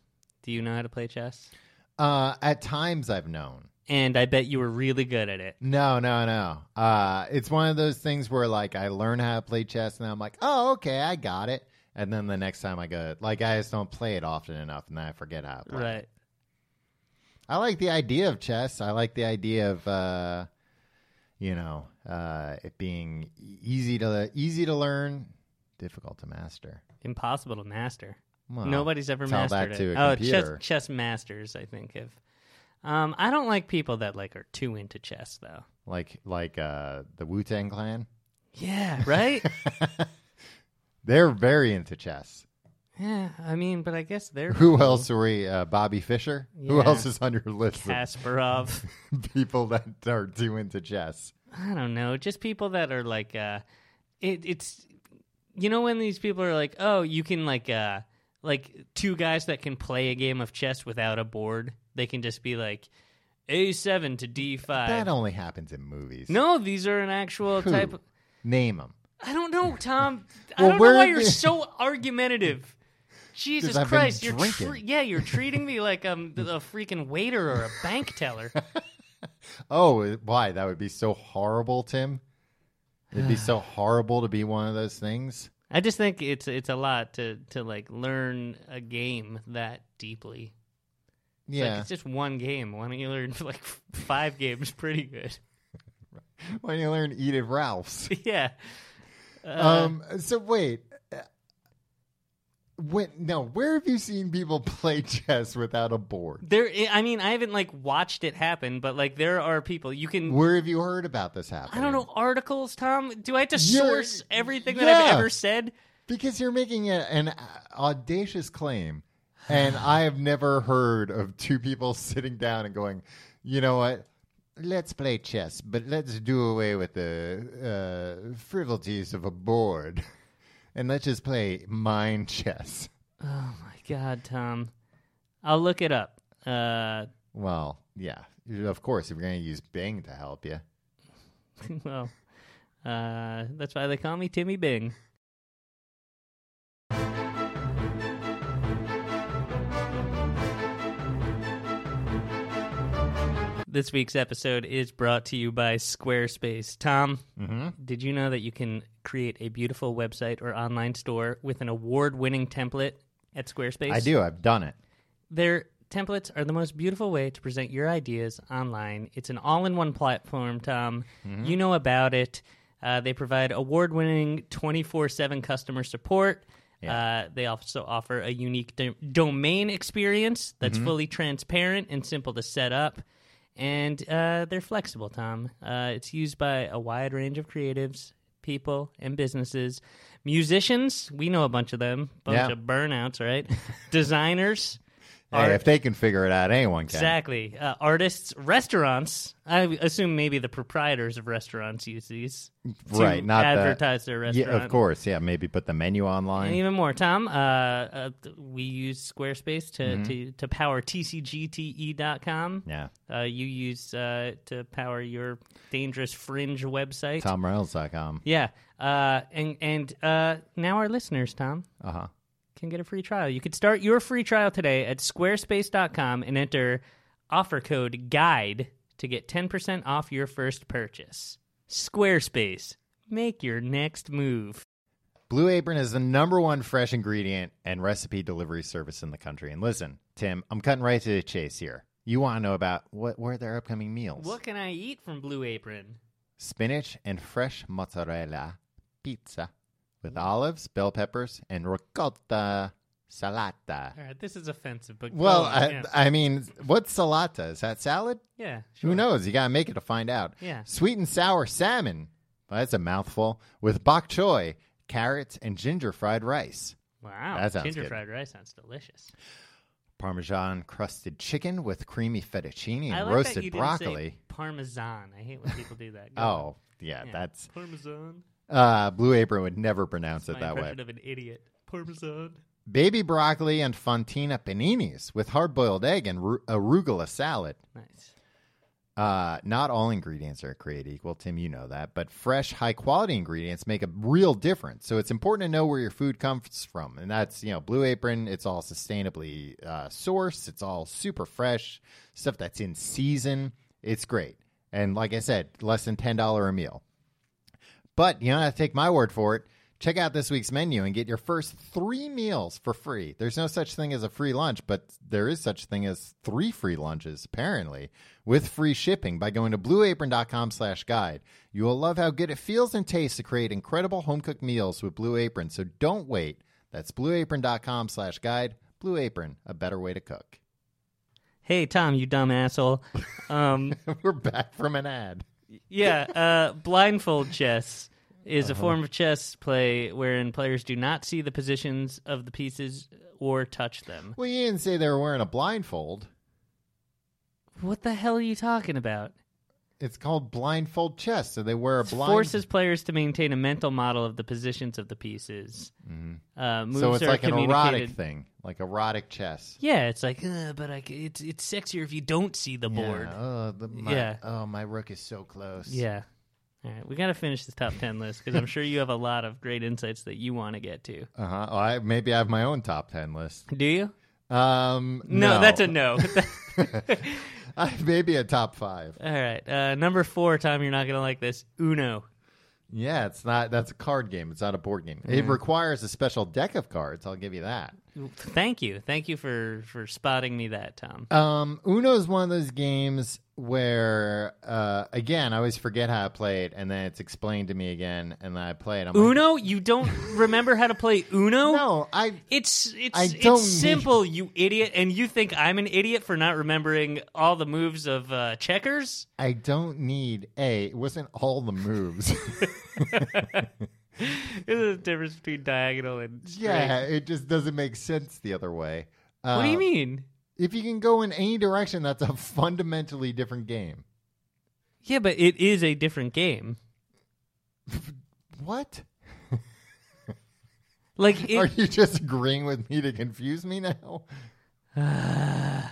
Do you know how to play chess?
uh at times i've known
And I bet you were really good at it.
no no no uh it's one of those things where like i learn how to play chess and i'm like oh okay i got it and then the next time i go like i just don't play it often enough and then i forget how to play it.
Right.
I like the idea of chess. I like the idea of uh, you know uh, it being e- easy to easy to learn, difficult to master.
Impossible to master.
Well,
Nobody's ever
tell that
mastered it.
to a
oh, chess,
computer.
chess masters, I think of. Um, I don't like people that like are too into chess though.
like like uh, the Wu Tang Clan.
Yeah, right?
They're very into chess.
yeah, I mean, but I guess they're
Who else are we? Uh, Bobby Fischer. Who
Mm-hmm. Yeah.
else is on your list
Kasparov.
of people that are too into chess?
I don't know, just people that are like uh it, it's you know when these people are like, "Oh, you can like uh like two guys that can play a game of chess without a board. They can just be like A7 to
That
D5."
only happens in movies.
No, these are an actual
Who?
type of
Name them.
I don't know, Tom. I
Well,
don't
we're
know why
in
you're
the-
so argumentative. Jesus
'Cause I've been
Christ, you're
drinking.
tre- yeah, you're treating me like I'm a freaking waiter or a bank teller.
Oh, why? That would be so horrible, Tim. It'd be so horrible to be one of those things.
I just think it's it's a lot to to like learn a game that deeply. It's like,
Yeah.
it's just one game. Why don't you learn like f- five games pretty good?
when you learn Edith Ralph's.
yeah. Uh.
um. So wait. uh, When, no, where have you seen people play chess without a board?
There I- I mean, I haven't like watched it happen, but like there are people you can
Where have you heard about this happening?
I don't know articles, Tom. Do I have to
You're-
source everything that
Yeah.
I've ever said?
Because you're making a, an audacious claim, and I have never heard of two people sitting down and going, you know what? Let's play chess, but let's do away with the uh, frivolities of a board, and let's just play mind chess.
Oh my god, Tom. I'll look it up. Uh,
Well, yeah, of course, if you're going to use Bing to help you.
well, uh, that's why they call me Timmy Bing. This week's episode is brought to you by Squarespace. Tom,
Mm-hmm.
did you know that you can create a beautiful website or online store with an award winning template at Squarespace?
I do. I've done it.
Their templates are the most beautiful way to present your ideas online. It's an all in one platform, Tom. You know about it. Uh, they provide award winning 24 7 customer support. Uh, they also offer a unique do- domain experience that's fully transparent and simple to set up. And uh, they're flexible, Tom. Uh, it's used by a wide range of creatives, people, and businesses. Musicians, we know a bunch of them, bunch
Yeah.
of burnouts, right? Designers,
Hey,
Art-
if they can figure it out, anyone can.
Exactly. Uh, artists, restaurants. I assume maybe the proprietors of restaurants use these to
Right, not the-
advertise their
Yeah,
restaurant.
of course. Yeah, maybe put the menu online.
And even more, Tom. Uh, uh, th- we use Squarespace to, to, to power tcgte.com.
Mm-hmm. yeah,
E Uh, you use uh, to power your dangerous fringe website.
TomReynolds.com.
Yeah. Uh, and and uh, now our listeners, Tom,
Uh huh.
can get a free trial. You could start your free trial today at squarespace.com and enter offer code guide to get 10% off your first purchase. Squarespace, make your next move.
Blue Apron is the number one fresh ingredient and recipe delivery service in the country. And listen, Tim, I'm cutting right to the chase here. You want to know about what were their upcoming meals?
What can I eat from Blue Apron?
Spinach and fresh mozzarella pizza with olives, bell peppers, and ricotta salata.
All right, this is offensive, but go
Well,
on,
I,
yeah.
I mean, what's salata? Is that salad?
yeah,
Who
sure.
knows? You gotta make it to find out.
Yeah.
Sweet and sour salmon. Well, that's a mouthful. With bok choy, carrots, and ginger fried rice.
Wow,
That sounds
ginger
good.
fried rice sounds delicious.
Parmesan crusted chicken with creamy fettuccine and
I like
roasted
that you
broccoli.
Didn't say Parmesan. I hate when people do that. Go on.
oh, yeah,
Yeah.
that's
Parmesan.
uh, Blue Apron would never pronounce
My
it that way.
impression of an idiot. Parmesan.
Baby broccoli and fontina paninis with hard-boiled egg and ru- arugula salad.
Nice.
Uh, not all ingredients are created equal, Tim. You know that, but fresh, high-quality ingredients make a real difference. So it's important to know where your food comes from, and that's you know Blue Apron. It's all sustainably uh, sourced. It's all super fresh stuff that's in season. It's great, and like I said, less than ten dollar a meal. But you don't have to take my word for it. Check out this week's menu and get your first three meals for free. There's no such thing as a free lunch, but there is such thing as three free lunches, apparently, with free shipping by going to blueapron.com slash guide. You will love how good it feels and tastes to create incredible home-cooked meals with Blue Apron, so don't wait. That's blueapron.com slash guide. Blue Apron, a better way to cook.
Hey Tom, you dumb asshole. Um,
We're back from an ad.
yeah, uh, blindfold chess is
Uh-huh.
a form of chess play wherein players do not see the positions of the pieces or touch them.
Well, you didn't say they were wearing a blindfold.
What the hell are you talking about?
It's called blindfold chess, so they wear a blind.
Forces players to maintain a mental model of the positions of the pieces. Uh, moves
Mm-hmm. so it's
are
like an erotic
communicated-
thing, like erotic chess.
Yeah, it's like, uh, but I c it's it's sexier if you don't see the board.
Yeah. Oh, the, my,
Yeah.
oh, my rook is so close.
Yeah. All right, we got to finish this top 10 list because I'm sure you have a lot of great insights that you want to get to.
Uh huh. Oh, I maybe I have my own top ten list.
Do you?
Um,
No, that's a no.
I- maybe a top five.
All right. Uh, number four, Tom, you're not going to like this. Uno.
Yeah, it's not. That's a card game. It's not a board game.
Mm.
It requires a special deck of cards. I'll give you that.
Thank you. Thank you for, for spotting me that, Tom.
Um, Uno is one of those games where, uh, again, I always forget how I play it, and then it's explained to me again, and then I play it. I'm like,
Uno? You don't remember how to play Uno?
No, I
It's it's
I don't
it's simple, you idiot, and you think I'm an idiot for not remembering all the moves of uh, checkers?
I don't need a. It wasn't all the moves.
There's a difference between diagonal and straight.
Yeah, it just doesn't make sense the other way. Uh,
What do you mean?
If you can go in any direction, that's a fundamentally different game.
Yeah, but it is a different game.
What?
Like it,
Are you just agreeing with me to confuse me now?
all right,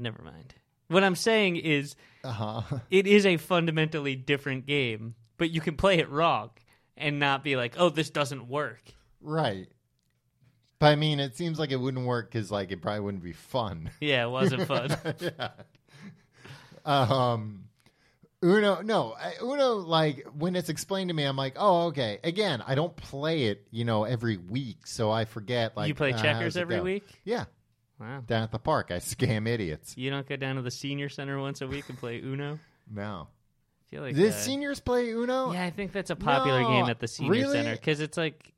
never mind. What I'm saying is
Uh-huh.
it is a fundamentally different game, but you can play it wrong and not be like, "Oh, this doesn't work."
Right. But I mean, it seems like it wouldn't work because, like, it probably wouldn't be fun.
Yeah, it wasn't fun.
Um, Uno, no, I- Uno. Like when it's explained to me, I'm like, oh, okay. Again, I don't play it, you know, every week, so I forget. Like
You play
uh, how
checkers
does it
every
go?
week?
Yeah,
wow.
down at the park, I scam idiots.
You don't go down to the senior center once a week and play Uno?
No,
I feel like
did
uh,
seniors play Uno?
Yeah, I think that's a popular
No,
game at the senior
really?
center cuz it's like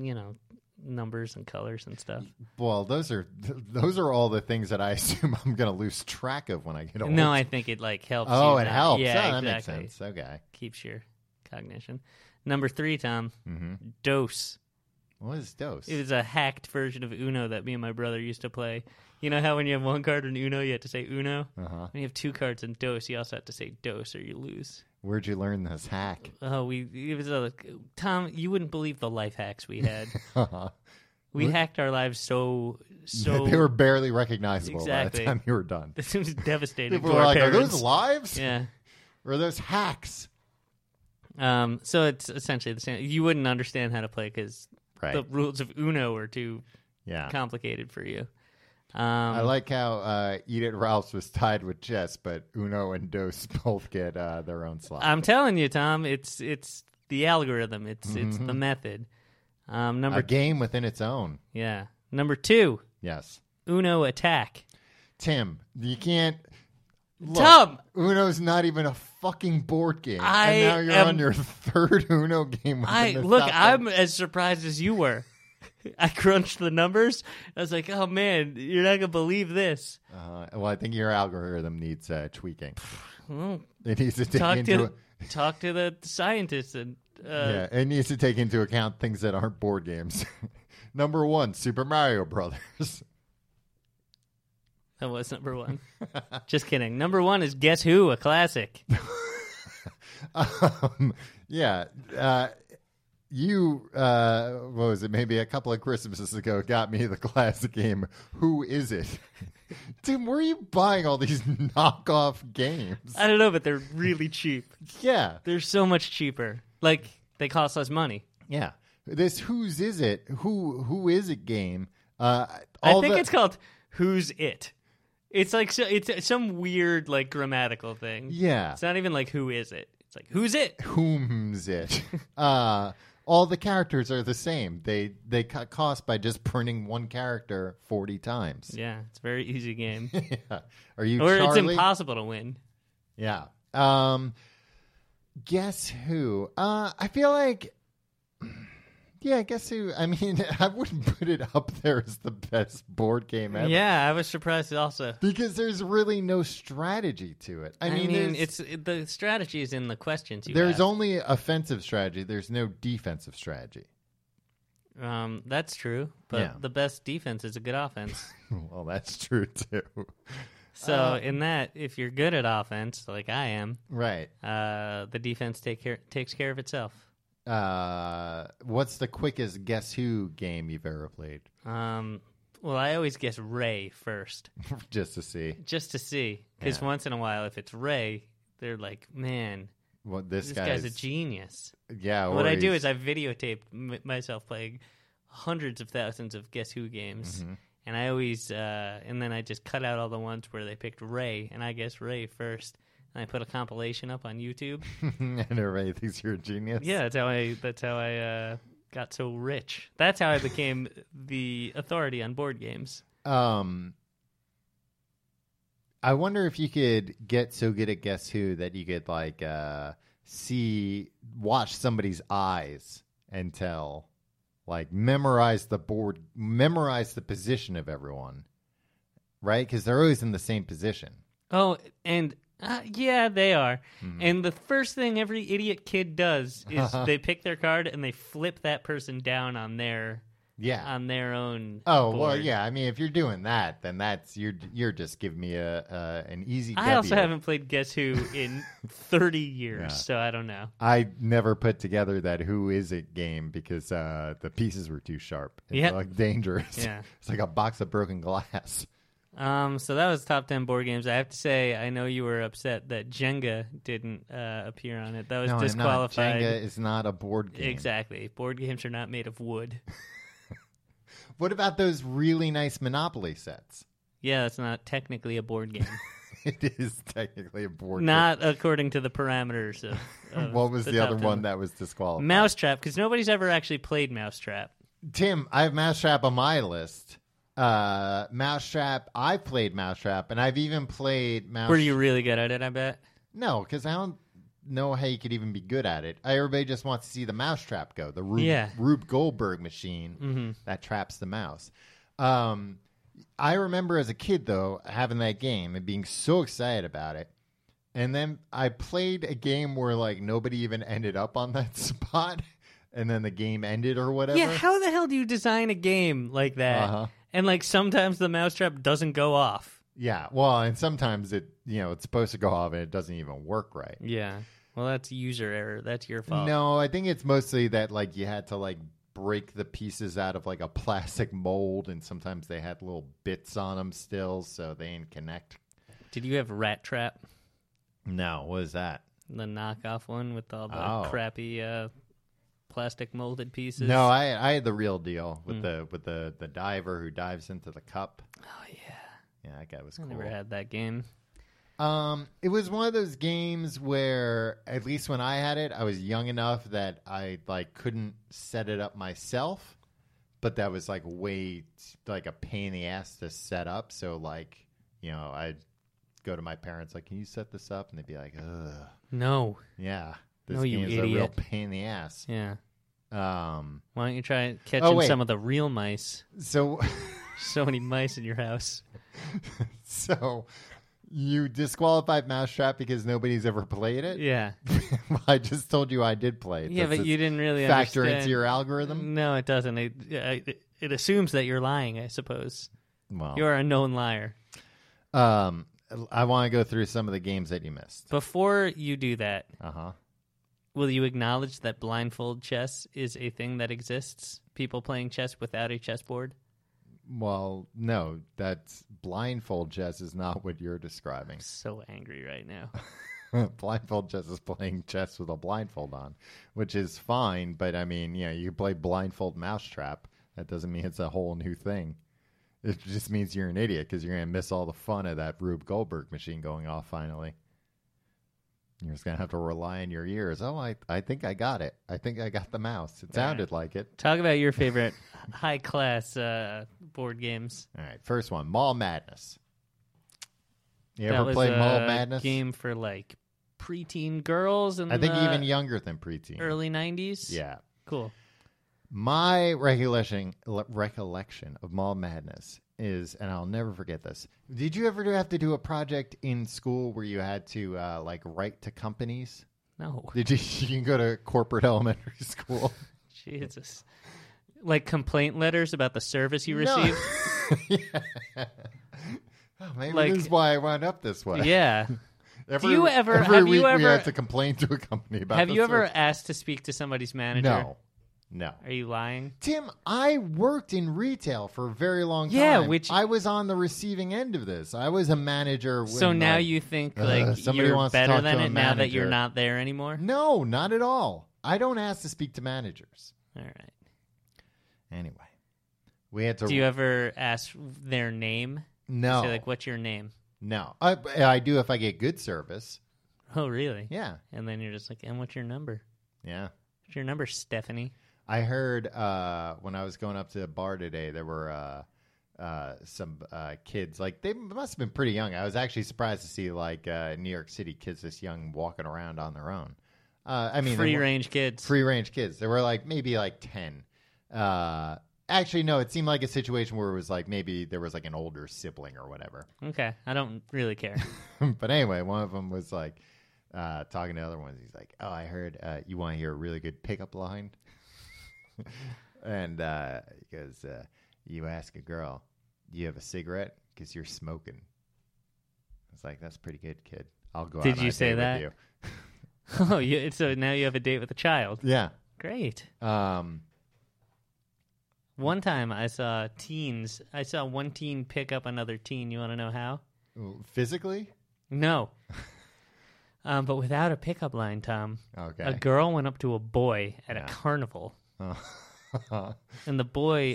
you know, numbers and colors and stuff.
Well, those are th- those are all the things that I assume I'm going to lose track of when I get old.
No, I think it like helps
oh,
you
it
not-
helps.
Yeah,
oh, that
exactly.
makes sense. Okay,
keeps your cognition. Number three, Tom,
Mm-hmm.
Dose.
what is dose?
It was a hacked version of Uno that me and my brother used to play. You know how when you have one card in Uno, you have to say Uno.
Uh-huh.
When you have two cards in Dose, you also have to say Dose or you lose.
Where'd you learn this hack?
Oh, we it was a, Tom. You wouldn't believe the life hacks we had. we hacked our lives so so.
they were barely recognizable by
Exactly.
the time you were done.
This was devastating.
People
to
were
our
like, "Are
parents.
those lives?
Yeah.
Or are those hacks?"
Um. So it's essentially the same. You wouldn't understand how to play because
Right.
the rules of Uno are too
yeah.
complicated for you.
I
Um,
like how uh, Eat It Ralph's was tied with chess, but Uno and Dos both get uh, their own slot.
I'm telling you, Tom, it's it's the algorithm. It's it's the method. Um, number
a game within its own.
yeah, number two,
Yes.
Uno attack.
Tim, you can't. Look,
Tom!
Uno's not even a fucking board game,
I
and now you're
am-
on your third Uno game. within
I
the
look,
top
I'm as surprised as you were. I crunched the numbers. I was like, oh man, you're not gonna believe this.
Uh, well, I think your algorithm needs uh, tweaking.
Well,
It needs to take
Hmm. talk
into
to talk to the scientists and uh,
yeah, it needs to take into account things that aren't board games. Number one, Super Mario Brothers.
that was number one. Just kidding. Number one is Guess Who, a classic.
um, yeah, uh, you uh, what was it? Maybe a couple of Christmases ago, got me the classic game. Who is it? Tim, where are you buying all these knockoff games?
I don't know, but they're really cheap.
Yeah,
They're so much cheaper. Like they cost less money.
yeah. This whose is it? Who who is it game? Uh,
I
all
think
the-
it's called Who's It. It's like so, it's some weird like grammatical thing.
yeah.
It's not even like who is it. It's like who's it?
whom's it. uh, all the characters are the same. They they cut cost by just printing one character forty times.
Yeah, it's a very easy game.
Yeah. Are you
or it's
Charlie?
impossible to win.
Yeah. Um, guess who? Uh, I feel like. Yeah, guess who? I mean, I wouldn't put it up there as the best board game ever.
Yeah, I was surprised also.
Because there's really no strategy to it. I,
I mean,
there's-
it's it- the strategy is in the questions. You
there's
ask.
only offensive strategy. There's no defensive strategy.
um, that's true, but
Yeah.
the best defense is a good offense.
well, that's true too.
So
Uh,
in that, if you're good at offense, like I am,
Right.
uh, the defense take care takes care of itself.
Uh, what's the quickest guess who game you've ever played?
Um, well, I always guess Ray first,
Just to see
just to see, because
Yeah.
once in a while, if it's Ray, they're like, "Man,
what this,
this guy's a
guy's-
genius."
Yeah.
what
or
I do
he's-
is I videotaped m- myself playing hundreds of thousands of Guess Who games, and I always uh, and then I just cut out all the ones where they picked Ray, and I guess Ray first, and I put a compilation up on YouTube.
and everybody thinks you're a genius.
yeah, that's how I that's how I uh, got so rich. That's how I became the authority on board games.
Um, I wonder if you could get so good at guess who that you could like uh see watch somebody's eyes and tell, like memorize the board, memorize the position of everyone, right? Because they're always in the same position.
Oh, and uh, yeah, they are.
Mm-hmm.
And the first thing every idiot kid does is they pick their card and they flip that person down on their
Yeah.
on their own.
Oh well,
board.
yeah. I mean, if you're doing that, then that's you're you're just giving me a uh, an easy.
I also
W.
haven't played Guess Who in 30 years, so I don't know.
I never put together that who is it game because uh, the pieces were too sharp. It's
Yeah.
like dangerous.
Yeah.
it's like a box of broken glass.
Um, so that was top 10 board games. I have to say, I know you were upset that Jenga didn't uh, appear on it. That was
no, I'm
disqualified.
not. Jenga is not a board game.
Exactly. Board games are not made of wood.
What about those really nice Monopoly sets?
Yeah, that's not technically a board game.
It is technically a board.
not according to the parameters of.
Game.
of
What was the,
top
other
10.
one that was disqualified?
Mousetrap, because nobody's ever actually played Mousetrap.
Tim, I have Mousetrap on my list. Uh, Mousetrap. I played Mousetrap, and I've even played Mouse.
Were you really good at it, I bet?
No, because I don't know how you could even be good at it. Everybody just wants to see the mousetrap go, the Rube,
Yeah.
Rube Goldberg machine that traps the mouse. Um, I remember as a kid, though, having that game and being so excited about it. And then I played a game where, like, nobody even ended up on that spot. And then the game ended or whatever.
Yeah, how the hell do you design a game like that?
Uh-huh.
And like sometimes the mousetrap doesn't go off.
Yeah, Well, and sometimes it, you know, it's supposed to go off and it doesn't even work right.
Yeah. Well, that's user error. That's your fault.
No, I think it's mostly that like you had to like break the pieces out of like a plastic mold, and sometimes they had little bits on them still, so they didn't connect.
Did you have Rat Trap,
No, what is that?
the knockoff one with all the
Oh.
crappy uh, plastic molded pieces.
No, I I had the real deal
Hmm.
with the with the the diver who dives into the cup.
oh yeah,
Yeah, that guy was
I
cool.
never had that game.
Um, it was one of those games where, at least when I had it, I was young enough that I like couldn't set it up myself. But that was like way like a pain in the ass to set up. So like, you know, I'd go to my parents like, "Can you set this up?" And they'd be like, "Ugh,
No,
yeah, this
No, you
game is a real
idiot.
pain in the ass."
yeah.
Um,
Why don't you try catching
Oh, wait.
some of the real mice?
so
So many mice in your house.
so you disqualified Mousetrap because nobody's ever played it.
Yeah,
I just told you I did play it.
yeah,
Does it
but you didn't really
factor
understand.
into your algorithm.
No, it doesn't. It, it it assumes that you're lying. I suppose
Well,
you are a known liar.
um, I want to go through some of the games that you missed.
Before you do that,
Uh huh.
will you acknowledge that blindfold chess is a thing that exists? People playing chess without a chessboard.
Well, no, that's blindfold chess is not what you're describing.
So angry right now.
blindfold chess is playing chess with a blindfold on, which is fine. But I mean, yeah, you play blindfold mousetrap. That doesn't mean it's a whole new thing. It just means you're an idiot because you're gonna miss all the fun of that Rube Goldberg machine going off finally. You're just gonna have to rely on your ears. Oh, I, I think I got it. I think I got the mouse. It sounded like it.
Talk about your favorite high class uh, board games.
All right, first one, Mall Madness. You
that
ever
was
played
a
Mall Madness?
game for like preteen girls and
I think
the
even younger than preteen.
early '90s.
Yeah,
cool.
My recollection le- recollection of Mall Madness is, and I'll never forget this. Did you ever do- have to do a project in school where you had to uh, like write to companies?
No,
Did you? You can go to corporate elementary school.
Jesus. Like complaint letters about the service you
No.
received.
Oh, maybe
Like-
this is why I wound up this way.
Yeah.
Every,
you ever-
Every
have you
week we
ever-
had to complain to a company about.
Have
the
you ever
service.
asked to speak to somebody's manager?
No. No.
Are you lying?
Tim, I worked in retail for a very long time.
Yeah, which-
I was on the receiving end of this. I was a manager. When,
so now
like-
you think
uh,
like
somebody
you're
wants to
better
talk
than
to a
it now that you're
manager.
not there anymore?
No, not at all. I don't ask to speak to managers.
All right.
Anyway, we had to.
Do you ever ask their name?
no,
Say like, what's your name?
no. I, I do if I get good service.
Oh, really?
Yeah,
And then you're just like, and what's your number?
yeah.
What's your number, Stephanie?
I heard uh, when I was going up to the bar today, there were uh, uh, some uh, kids. Like they must have been pretty young. I was actually surprised to see like uh, New York City kids this young walking around on their own. Uh, I mean,
Free
range.
range kids.
free range kids. There were like maybe like ten. Uh, actually, no. It seemed like a situation where it was like maybe there was like an older sibling or whatever.
Okay. I don't really care.
but anyway, one of them was like uh, talking to the other ones. He's like, "Oh, I heard uh, you want to hear a really good pickup line," and uh, he goes, uh, "You ask a girl, do you have a cigarette? Because you're smoking." It's like that's pretty good, kid. I'll go.
Did
out on
you
a
say
date with
that?
you."
oh, you, so now you have a date with a child.
Yeah.
Great.
Um,
One time I saw teens. I saw one teen pick up another teen. You want to know how?
physically.
No. um, but without a pickup line, Tom.
Okay.
A girl went up to a boy at
Yeah.
a carnival,
Oh.
and the boy,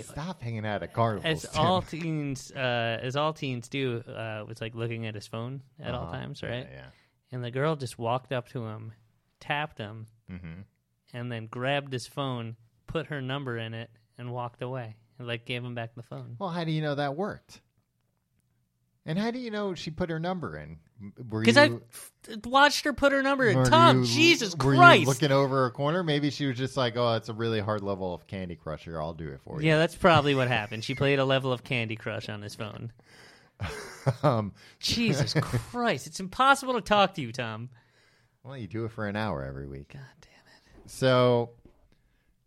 Stop hanging out at carnivals.
as
Tim.
all teens, uh, as all teens do, uh, was like looking at his phone at all
Uh-huh.
times,
Yeah,
right?
Yeah.
And the girl just walked up to him, tapped him,
hmm
and then grabbed his phone, put her number in it, and walked away, and like gave him back the phone.
Well, how do you know that worked? And how do you know she put her number in? Were
Because
you-
I f- watched her put her number in.
were
Tom,
you-
Jesus
were you
Christ!
looking over a corner? Maybe she was just like, "Oh, it's a really hard level of Candy Crush. Here, I'll do it for
Yeah, that's probably what happened. She played a level of Candy Crush on his phone.
you." um,
Jesus Christ. It's impossible to talk to you, Tom.
well, you do it for an hour every week.
God damn it.
So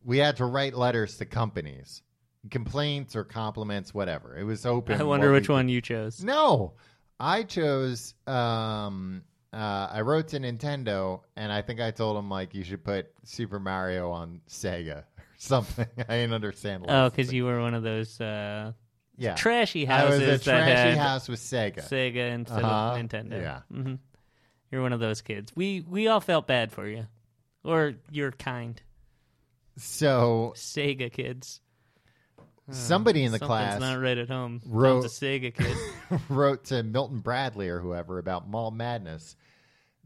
we had to write letters to companies, complaints or compliments, whatever. It was open.
I wonder
what
which
we-
one you chose.
No, I chose. Um, uh, I wrote to Nintendo, and I think I told him like you should put Super Mario on Sega or something. I didn't understand.
Oh, because you were one of those uh,
yeah,
trashy
I was
houses
a
that
trashy
had
house with Sega.
Sega instead
Uh-huh,
of Nintendo.
yeah.
hmm You're one of those kids. We we all felt bad for you, or you're kind.
So
Sega kids.
somebody in the
Hmm. Something's
class
not right at home.
wrote-
Sounds a Sega kid.
wrote to Milton Bradley or whoever about Mall Madness.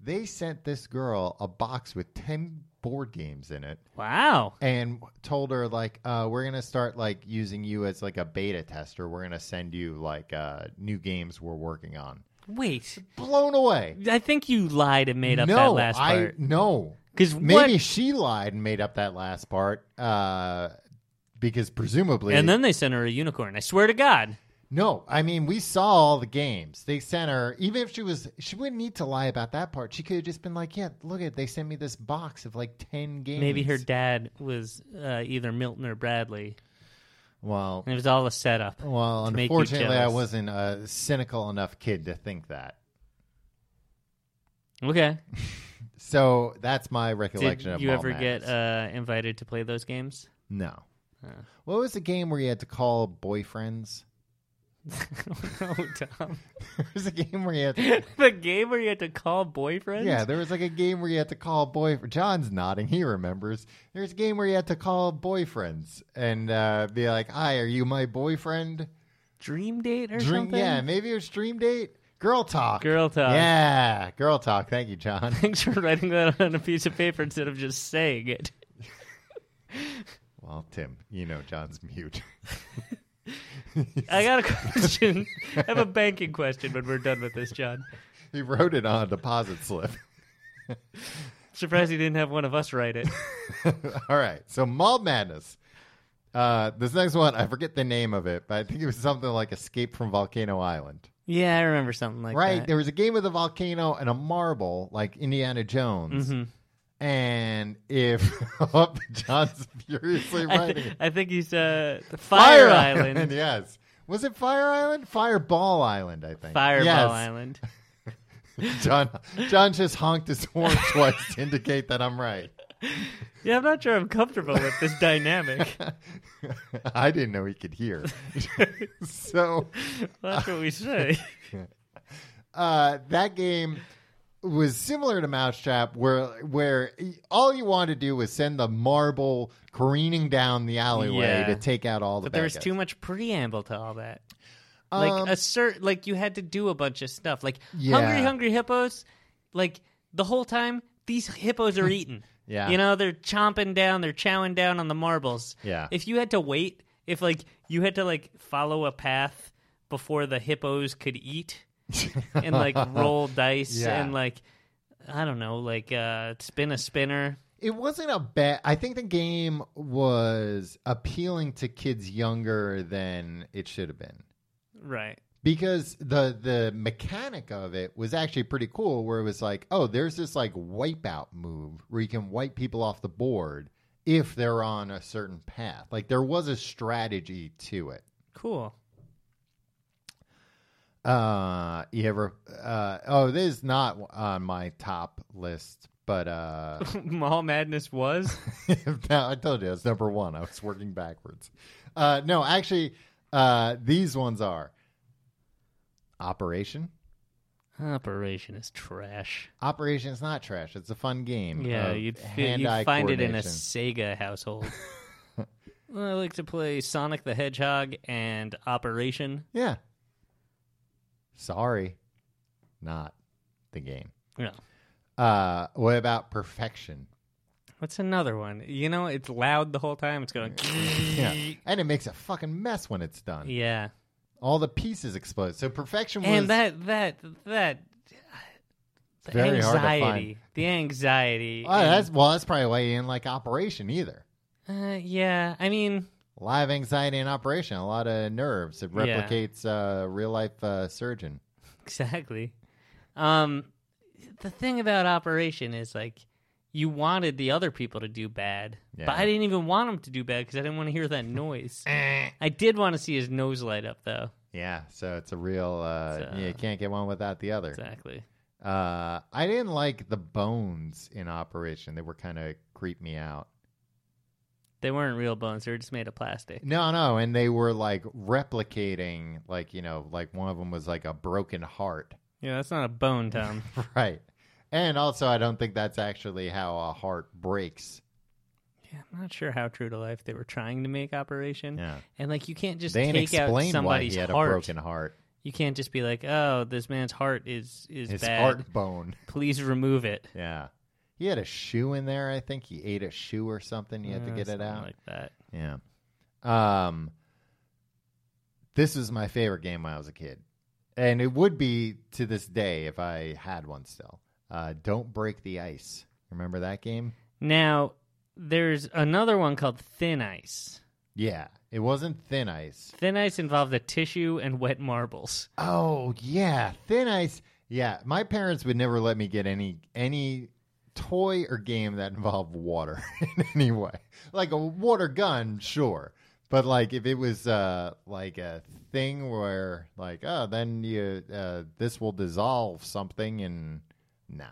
They sent this girl a box with 10 board games in it
wow.
and told her like uh, we're gonna start like using you as like a beta tester we're gonna send you like uh, new games we're working on
Wait.
blown away
I think you lied and made up
no
that last
i
part.
no
Because
maybe
what?
she lied and made up that last part uh, because presumably
And then they sent her a unicorn. I swear to God.
No, I mean we saw all the games. They sent her. Even if she was, she wouldn't need to lie about that part. She could have just been like, "Yeah, look at they sent me this box of like ten games."
Maybe her dad was uh, either Milton or Bradley,
Well,
and it was all a setup.
well,
to make you
unfortunately, I
jealous.
wasn't a cynical enough kid to think that.
Okay.
So that's my
Did
recollection of.
you
Mall
ever get
Madness.
uh, invited to play those games?
no? What was the game where you had to call boyfriends?
no, Oh, Tom.
there was a game where you had to.
the game where you had to call boyfriends?
Yeah, there was like a game where you had to call boy. John's nodding; he remembers. There's a game where you had to call boyfriends and uh, be like, "Hi, are you my boyfriend?"
Dream date or
Dream,
something?
yeah, maybe it was dream date, girl talk,
Girl talk.
yeah, girl talk. Thank you, John.
Thanks for writing that on a piece of paper instead of just saying it.
well, Tim, you know John's mute.
I got a question. I have a banking question when we're done with this, John.
he wrote it on a deposit slip.
Surprised you didn't have one of us write it.
All right, so mall madness. Uh, this next one, I forget the name of it, but I think it was something like Escape from Volcano Island.
Yeah, I remember something like
right.
that.
There was a game with a volcano and a marble, like Indiana Jones.
Mm-hmm.
And if oh, John's furiously
I,
writing,
th-
it.
I think he's uh, Fire, Island.
yes. Was it Fire Island? Fireball Island, I think.
Fireball
yes.
Island.
John, John just honked his horn twice to indicate that I'm right.
Yeah, I'm not sure I'm comfortable with this dynamic.
I didn't know he could hear. so
That's what we say.
uh, that game was similar to Mousetrap, where where all you wanted to do was send the marble careening down the alleyway
Yeah.
to take out all the.
But there
bad
was
guys.
too much preamble to all that. Like
Um,
assert, like you had to do a bunch of stuff. Like
Yeah.
hungry, hungry hippos. Like the whole time, these hippos are eating.
Yeah.
you know they're chomping down, they're chowing down on the marbles.
Yeah.
If you had to wait, if like you had to like follow a path before the hippos could eat, and like roll dice
Yeah.
and like I don't know, like uh spin a spinner.
It wasn't a bad. I think the game was appealing to kids younger than it should have been.
Right.
because the the mechanic of it was actually pretty cool where it was like oh there's this like wipeout move where you can wipe people off the board if they're on a certain path like there was a strategy to it
Cool.
uh you ever uh oh this is not on my top list but uh
Mall Madness was.
no, I told you it's number one. I was working backwards. Uh, no, actually, uh, these ones are Operation.
Operation is trash.
Operation is not trash. It's a fun game.
Yeah,
of
you'd, fi-
hand-eye
you'd find it in a
coordination.
Sega household. Well, I like to play Sonic the Hedgehog and Operation.
Yeah. Sorry, not the game.
No.
Uh, what about Perfection?
What's another one? You know, it's loud the whole time. It's going.
Yeah, and it makes a fucking mess when it's done.
yeah,
All the pieces explode. So Perfection was
and that that that the
Very hard to
anxiety,
find.
the anxiety.
Oh, that's well. That's probably why you didn't like Operation either.
Uh, yeah, I mean,
Live anxiety in operation, a lot of nerves. It
Yeah.
replicates uh, real life uh, surgeon.
Exactly. Um, the thing about Operation is like you wanted the other people to do bad,
Yeah.
but I didn't even want him to do bad because I didn't want to hear that noise.
Eh.
I did want to see his nose light up though.
Yeah, so it's a real. Uh,
It's, uh,
you can't get one without the other.
Exactly.
Uh, I didn't like the bones in operation. They were kind of creep me out.
They weren't real bones; they were just made of plastic.
No, no, and they were like replicating, like you know, like one of them was like a broken heart,
Yeah, that's not a bone, Tom.
right? And also, I don't think that's actually how a heart breaks.
I'm not sure how true to life they were trying to make Operation.
Yeah.
And like you can't Mm-hmm. just
They ain't
take out
explain why
somebody's
he had
heart.
a broken heart.
You can't just be like, oh, this man's heart is is
His
bad.
heart bone.
Please remove it.
Yeah. He had a shoe in there, I think. He ate a shoe or something. He had to
Uh,
get it
something
out.
like that.
Yeah. Um this was my favorite game when I was a kid. And it would be to this day if I had one still. Uh Don't Break the Ice. Remember that game?
Now there's another one called Thin Ice.
Yeah. It wasn't Thin Ice.
Thin Ice involved a tissue and wet marbles.
Oh, yeah. Thin Ice. Yeah, my parents would never let me get any any toy or game that involved water in any way. Like a water gun, sure. But like if it was uh like a thing where like oh then you uh this will dissolve something and nah.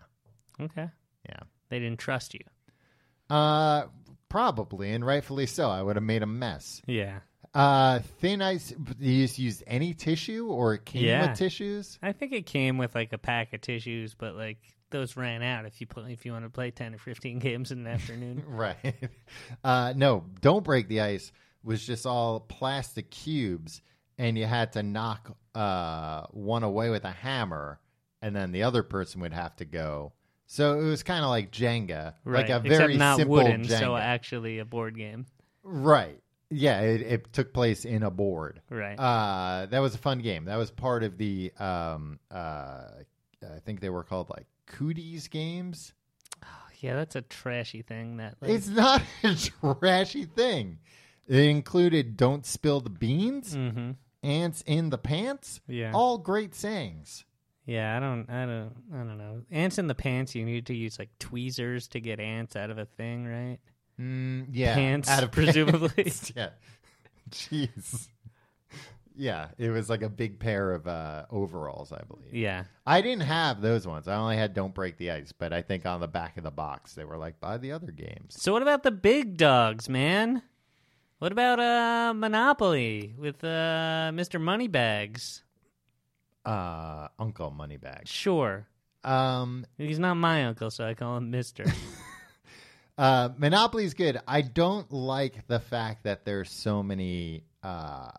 Okay.
Yeah.
They didn't trust you.
Uh probably and rightfully so. I would have made a mess.
Yeah.
Uh thin ice you just used any tissue or it came
Yeah.
with tissues?
I think it came with like a pack of tissues, but like those ran out if you play, if you want to play ten or fifteen games in an afternoon.
Right. Uh, no, Don't Break the Ice was just all plastic cubes, and you had to knock uh, one away with a hammer, and then the other person would have to go. So it was kind of like Jenga, like a very
Except not
simple
wooden,
Jenga.
so actually a board game.
right. Yeah, it, it took place in a board.
Right.
Uh, that was a fun game. That was part of the, um, uh, I think they were called like cooties games.
yeah, that's a trashy thing that like,
It's not a trashy thing. It included "Don't spill the beans,"
Mhm.
"Ants in the pants,"
Yeah.
all great sayings.
Yeah, I don't I don't I don't know. Ants in the pants you need to use like tweezers to get ants out of a thing, right?
Mm, yeah,
Pants,
out of
presumably.
pants. yeah, jeez. Yeah, it was like a big pair of uh, overalls, I believe.
Yeah.
I didn't have those ones. I only had "Don't Break the Ice," but I think on the back of the box they were like, "Buy the other games."
So what about the big dogs, man? What about uh Monopoly with uh Mr. Moneybags?
Uh, Uncle Moneybag.
Sure.
Um,
He's not my uncle, so I call him Mister.
Uh, Monopoly's good. I don't like the fact that there's so many uh,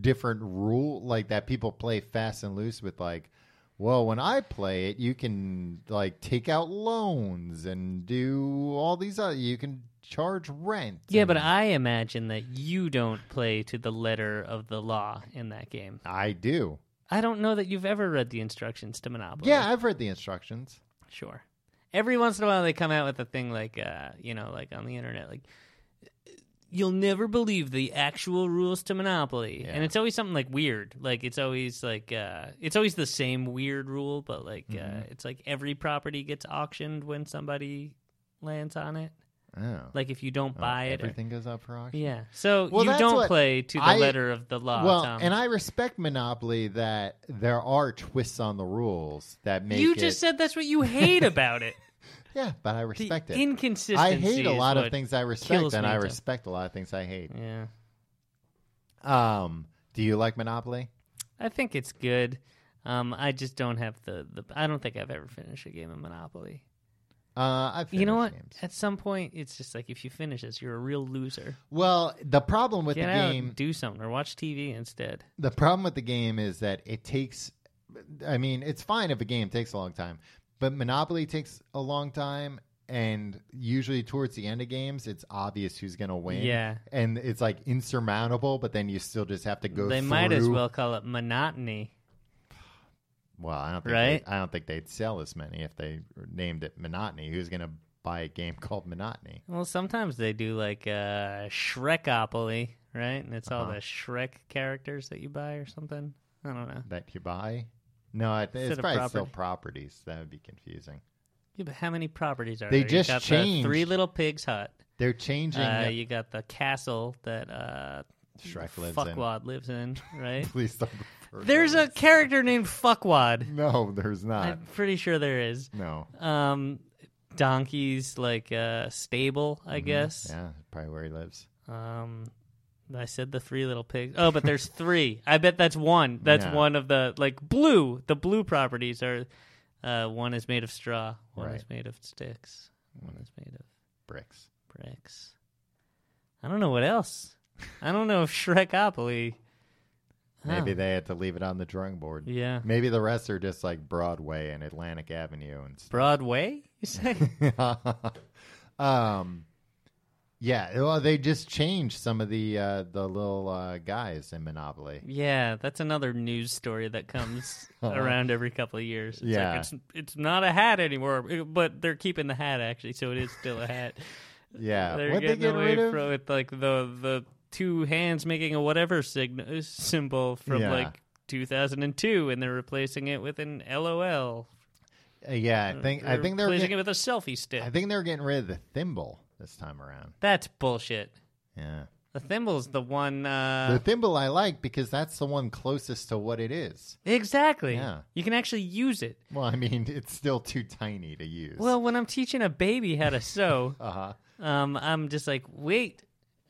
different rule like that people play fast and loose with like, well, when I play it, you can like take out loans and do all these other you can charge rent.
yeah, but
and-
I imagine that you don't play to the letter of the law in that game.
I do.
I don't know that you've ever read the instructions to Monopoly.
Yeah, I've read the instructions.
Sure. Every once in a while, they come out with a thing like, uh, you know, like on the internet, like you'll never believe the actual rules to Monopoly,
Yeah.
and it's always something like weird. Like it's always like uh, it's always the same weird rule, but like uh,
Mm-hmm.
it's like every property gets auctioned when somebody lands on it.
Oh,
Like if you don't
Oh,
buy it, or-
everything goes up for auction.
yeah. So
Well,
you
that's
don't
what
play to the
I-
letter of the law.
well,
Tom.
and I respect Monopoly that there are twists on the rules that make
you
it-
just said that's what you hate about it.
yeah, but I
The
respect it.
inconsistency.
I hate a
is
lot of
what-
things I
kills
respect, and
me,
I
too.
respect a lot of things I hate.
Yeah.
Um, do you like Monopoly?
I think it's good. Um, I just don't have the, the I don't think I've ever finished a game of Monopoly.
Uh, I've
you know what?
finished games.
At some point, it's just like if you finish this, you're a real loser.
Well, the problem with
Get
the
out,
game,
do something, or watch TV instead.
the problem with the game is that it takes. I mean, it's fine if a game takes a long time, but Monopoly takes a long time, and usually towards the end of games, it's obvious who's going to win.
Yeah.
and it's like insurmountable, but then you still just have to go.
they might as
through-
well call it monotony.
Well, I don't think
Right?
they, I don't think they'd sell as many if they named it Monotony. Who's going to buy a game called Monotony?
Well, sometimes they do like uh, Shrekopoly, right? And it's all
Uh-huh.
the Shrek characters that you buy or something. I don't know.
That you buy? No, I th- it's
Instead of
probably still properties. That would be confusing.
Yeah, but how many properties are
They
there? You
just
got the
changed.
Three Little Pigs Hut.
They're changing.
Uh,
the-
you got the castle that uh,
Shrek lives in.
fuckwad lives in, right?
Please don't. refer to
There's a
it.
character named Fuckwad.
No, there's not.
I'm pretty sure there is.
No.
Um, donkey's like uh, stable, I guess.
Mm-hmm, Yeah, probably where he lives.
Um, I said the three little pigs. Oh, but there's three. I bet that's one. That's
Yeah.
one of the like blue. The blue properties are. Uh, one is made of straw. One is made of sticks. One is made of
Bricks.
bricks. I don't know what else. I don't know if Shrekopoly.
Maybe they had to leave it on the drawing board.
Yeah.
Maybe the rest are just like Broadway and Atlantic Avenue and stuff.
Broadway, you say?
um, yeah. Well, they just changed some of the uh, the little uh, guys in Monopoly.
yeah, that's another news story that comes around every couple of years. It's
Uh-huh. Yeah.
like it's it's not a hat anymore, but they're keeping the hat actually, so it is still a hat.
Yeah.
they're
What'd
getting
they get
away
rid of?
from it, like the the two hands making a whatever sign- symbol from
Yeah.
like 2002, and they're replacing it with an LOL.
Uh, yeah, I think I think they're
replacing
get-
it with a selfie stick.
I think they're getting rid of the thimble this time around.
That's bullshit.
Yeah.
The thimble's the one.
the
Uh,
thimble I like because that's the one closest to what it is.
exactly.
Yeah.
You can actually use it.
Well, I mean, it's still too tiny to use.
Well, when I'm teaching a baby how to sew,
uh-huh.
um, I'm just like, wait,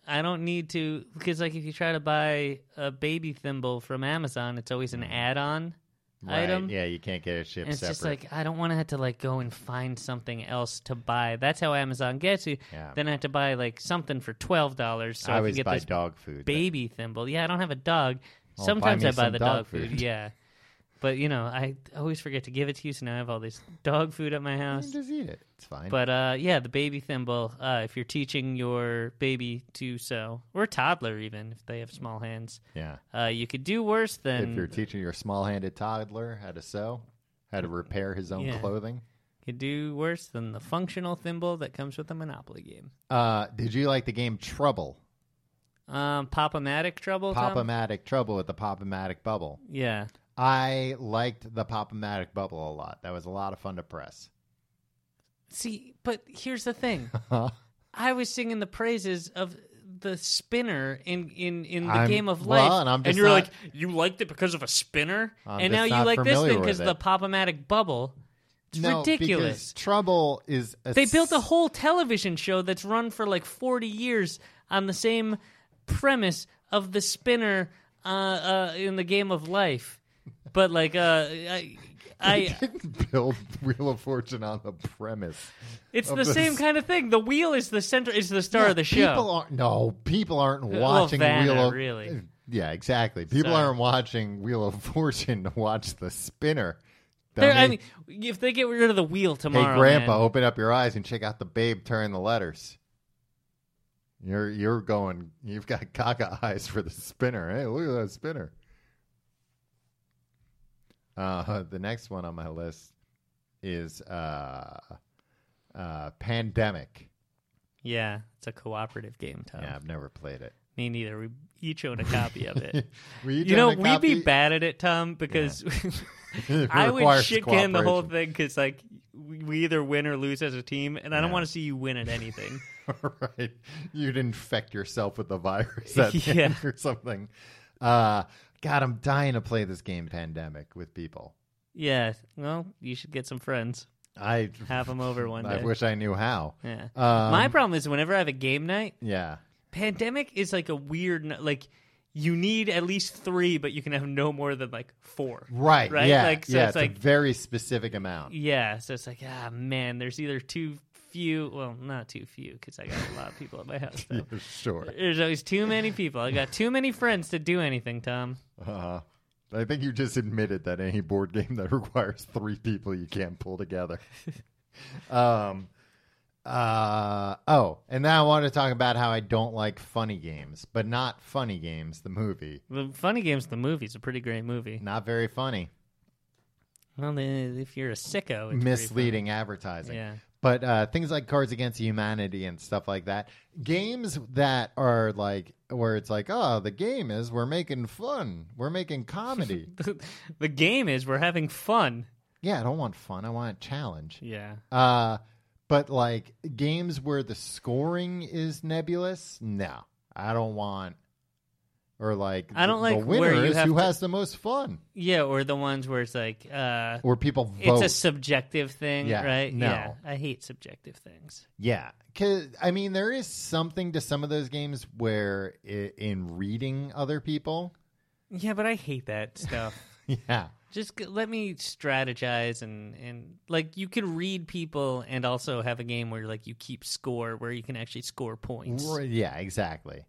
I don't need to. Because, like, if you try to buy a baby thimble from Amazon, it's always an add on
Mm-hmm. Right.
item.
Yeah, you can't get it shipped
And it's
separate.
just like I don't want to have to like go and find something else to buy. That's how Amazon gets you.
Yeah.
Then I have to buy like something for twelve dollars so
I
I, can
always
get
buy
this
dog food.
baby thimble. Yeah, I don't have a dog.
Well, buy
Sometimes
me
I buy
some
the
dog
dog, food.
food.
Yeah, but you know I always forget to give it to you, so now I have all this dog food at my
You
house.
can just eat it. It's fine.
But uh, yeah, the baby thimble. Uh, if you're teaching your baby to sew, or toddler even if they have small hands,
yeah.
uh, you could do worse than
If you're teaching your small-handed toddler how to sew, how to repair his own
Yeah.
clothing.
could do worse than the functional thimble that comes with the Monopoly game.
Uh, did you like the game Trouble?
Um, Pop-O-Matic trouble. Tom?
Pop-O-Matic Trouble with the Pop-O-Matic Bubble.
Yeah,
I liked the Pop-O-Matic Bubble a lot. That was a lot of fun to press.
See, but here's the thing. I was singing the praises of the spinner in in in the
I'm-
game of
well,
life,
and I'm just
you're
not-
like, you liked it because of a spinner,
I'm just
and now you
not
like this
familiar
thing
with
because
it.
of the Pop-O-Matic bubble. It's
No, because
ridiculous.
Trouble is a
They built a
s-
whole television show that's run for like 40 years on the same premise of the spinner uh, uh, in the game of life, but like uh, I. I
build Wheel of Fortune on the premise.
It's
of
the
the
same
s-
kind of thing. The wheel is the center. Is the star of the show.
People aren't no people aren't
well,
watching
Vanna,
Wheel of
really.
Yeah, exactly. People
So-
aren't watching Wheel of Fortune to watch the spinner.
They're- I
dummy.
mean, if they get rid of the wheel
hey,
tomorrow,
Grandpa,
man.
open up your eyes and check out the babe turn the letters. You're you're going. You've got caca eyes for the spinner. Hey, look at that spinner. Uh, the next one on my list is uh, uh, Pandemic.
yeah, it's a cooperative game, Tom.
Yeah, I've never played it.
Me neither. We each own a copy of it.
Were
you
doing
know,
a
we'd be
copy?
bad at it, Tom, because
It
I would
requires
shit can the whole
cooperation.
thing because like we we either win or lose as a team, and I don't
Yeah.
want to see you win at anything.
right. You'd infect yourself with the virus at the
Yeah.
end or something. Uh, God, I'm dying to play this game Pandemic with people.
yeah. Well, you should get some friends.
I
Have them over one day.
I wish I knew how.
yeah.
Um,
My problem is whenever I have a game night,
yeah.
pandemic is like a weird n- like you need at least three but you can have no more than like four
Right.
Right?
Yeah.
Like, so
yeah.
it's
a
like-
very specific amount.
yeah so it's like ah man there's either too few well not too few because i got a lot of people at my house though.
Yeah, sure.
there's always too many people i got too many friends to do anything tom
Uh, I think you just admitted that any board game that requires three people you can't pull together. um, uh, oh, and then I want to talk about how I don't like funny games, but not funny games. The movie,
the funny games the movie's a pretty great movie
not very funny,
well then, if you're a sicko it's
misleading advertising.
Yeah.
But uh, things like Cards Against Humanity and stuff like that, games that are like where it's like, oh, the game is we're making fun, we're making comedy.
pretty fun. the game is we're having fun
yeah, I don't want fun. I want a challenge.
yeah
Uh, but like games where the scoring is nebulous, no, I don't want. Or like,
I don't
the- the
like
winner
where you
is
have
who
to-
has the most fun,
yeah or the ones where it's like uh
or people vote.
It's a subjective thing,
Yeah,
right?
no.
Yeah. I hate subjective things.
yeah, because I mean, there is something to some of those games where i in reading other people,
Yeah, but I hate that stuff.
yeah.
Just g- let me strategize and and like you can read people and also have a game where like you keep score where you can actually score points.
Right, Yeah, exactly.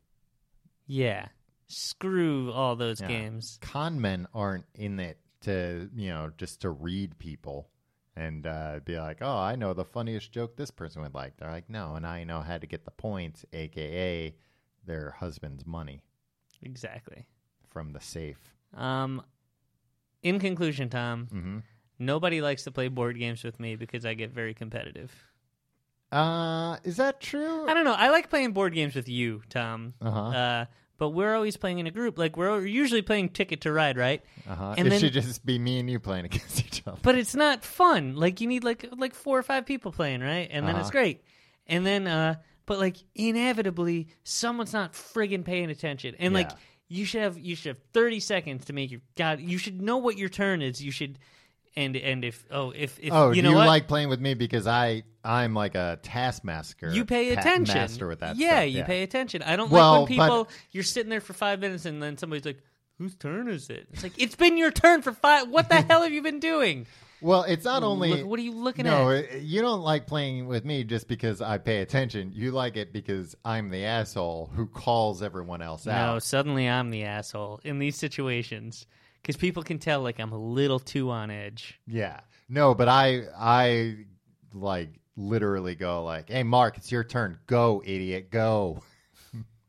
Yeah. Screw all those
Yeah.
games.
Con men aren't in it to, you know, just to read people and uh, be like, oh, I know the funniest joke this person would like. They're like, no, and I know how to get the points, AKA their husband's money
Exactly.
from the safe.
Um in conclusion, Tom,
hmm
nobody likes to play board games with me because I get very competitive.
Uh, is that true?
I don't know. I like playing board games with you, Tom.
Uh-huh.
Uh, but we're always playing in a group. Like we're usually playing Ticket to Ride, right?
Uh-huh.
and
it
then-
should just be me and you playing against each other.
But it's not fun. Like you need like like four or five people playing, right? And then it's
Uh-huh.
great. And then uh but like inevitably someone's not friggin' paying attention. And like
Yeah.
you should have you should have 30 seconds to make your god you should know what your turn is. You should and and if oh if if
Oh,
you
do
know
you
what?
like playing with me because I I'm like a taskmaster.
you pay
pa-
attention.
Master with that.
yeah,
stuff,
you pay attention. I don't
Well,
like
but-
when people you're sitting there for five minutes and then somebody's like, "Whose turn is it?" It's like it's been your turn for five. What the hell have you been doing?
Well, it's not only.
Look- what are you looking
no,
at?
it- you don't like playing with me just because I pay attention. You like it because I'm the asshole who calls everyone else
No,
out.
suddenly I'm the asshole in these situations because people can tell like I'm a little too on edge.
Yeah, no, but I I like literally go like, "Hey, Mark, it's your turn. Go, idiot, go."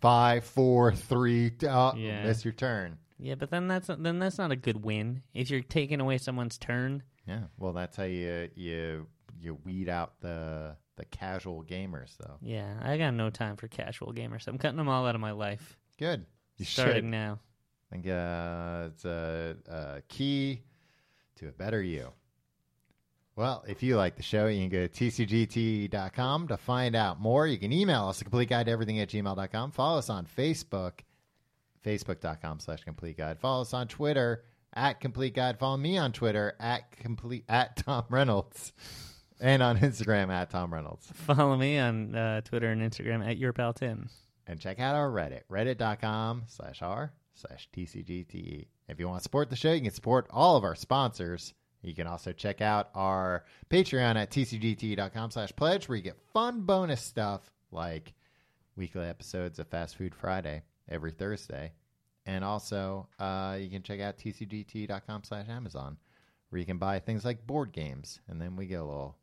Five, four, three. T- oh,
Yeah.
That's your turn.
Yeah, but then that's then that's not a good win if you're taking away someone's turn.
Yeah. Well, that's how you you you weed out the the casual gamers, though.
Yeah, I got no time for casual gamers. I'm cutting them all out of my life
Good. You
starting
should.
now.
I think uh, it's a, a key to a better you. Well, if you like the show, you can go to tcgt.com to find out more. You can email us, complete guide to everything at gmail.com. Follow us on Facebook, facebook.com slash complete guide. Follow us on Twitter, at complete guide. Follow me on Twitter, at complete, at Tom Reynolds. And on Instagram, at Tom Reynolds.
Follow me on uh, Twitter and Instagram at your pal Tim.
and check out our Reddit, reddit.com slash r slash tcgte. E. If you want to support the show, you can support all of our sponsors. You can also check out our Patreon at tcgte.com E slash pledge, where you get fun bonus stuff like weekly episodes of Fast Food Friday every Thursday. And also, uh, you can check out tcgt.com slash Amazon, where you can buy things like board games. And then we get a little,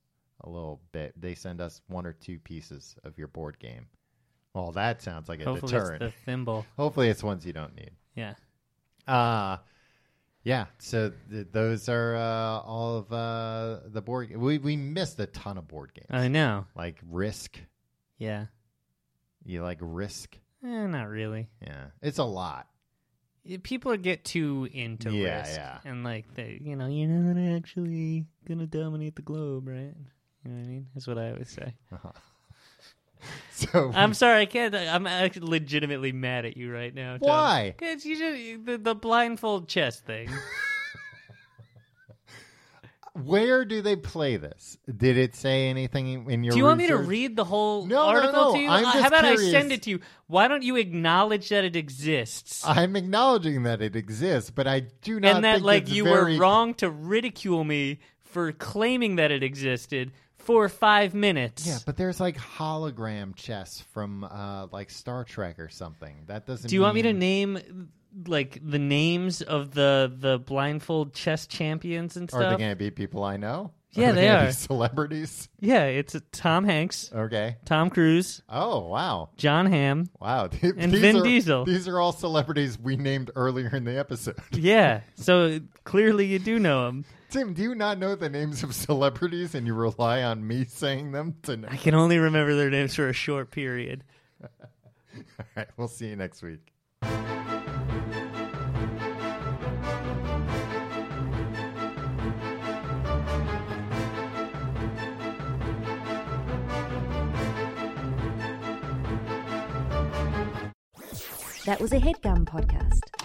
a little bit. They send us one or two pieces of your board game. Well, that sounds like a
Hopefully
deterrent.
it's the thimble.
Hopefully, it's ones you don't need.
Yeah.
Uh yeah. So th- those are uh, all of uh, the board. We we missed a ton of board games,
I know.
like Risk.
Yeah.
You like Risk?
Eh, not really.
Yeah, it's a lot.
Yeah, People get too into
Yeah,
risk,
yeah.
and like they, you know, you're not actually gonna dominate the globe, right? You know what I mean? That's what I always say.
So
I'm sorry, I can't. I'm actually legitimately mad at you right now. Tom.
Why?
'Cause you just the, the blindfold chess thing.
where do they play this? Did it say anything in your?
Do you want me to
research?
read the whole
No, no,
article
no.
to you?
I'm
Uh,
just
How about I
curious.
send it to you? Why don't you acknowledge that it exists?
I'm acknowledging that it exists, but I do not.
and that
think
like
it's
you
very-
were wrong to ridicule me for claiming that it existed for five minutes.
Yeah, but there's like hologram chess from uh, like Star Trek or something. That doesn't.
Do you want me to
mean-
name like the names of the the blindfold chess champions and
Are they
stuff?
going to be people I know?
Yeah,
are
they
gonna
are.
Be celebrities.
yeah, it's uh, Tom Hanks,
Okay.
Tom Cruise,
Oh wow,
John Hamm.
wow.
And Vin
are,
Diesel.
These are all celebrities we named earlier in the episode.
Yeah, so clearly you do know him.
Tim, do you not know the names of celebrities, and you rely on me saying them to know?
I can only remember their names for a short period.
All right, we'll see you next week.
That was a headgum podcast.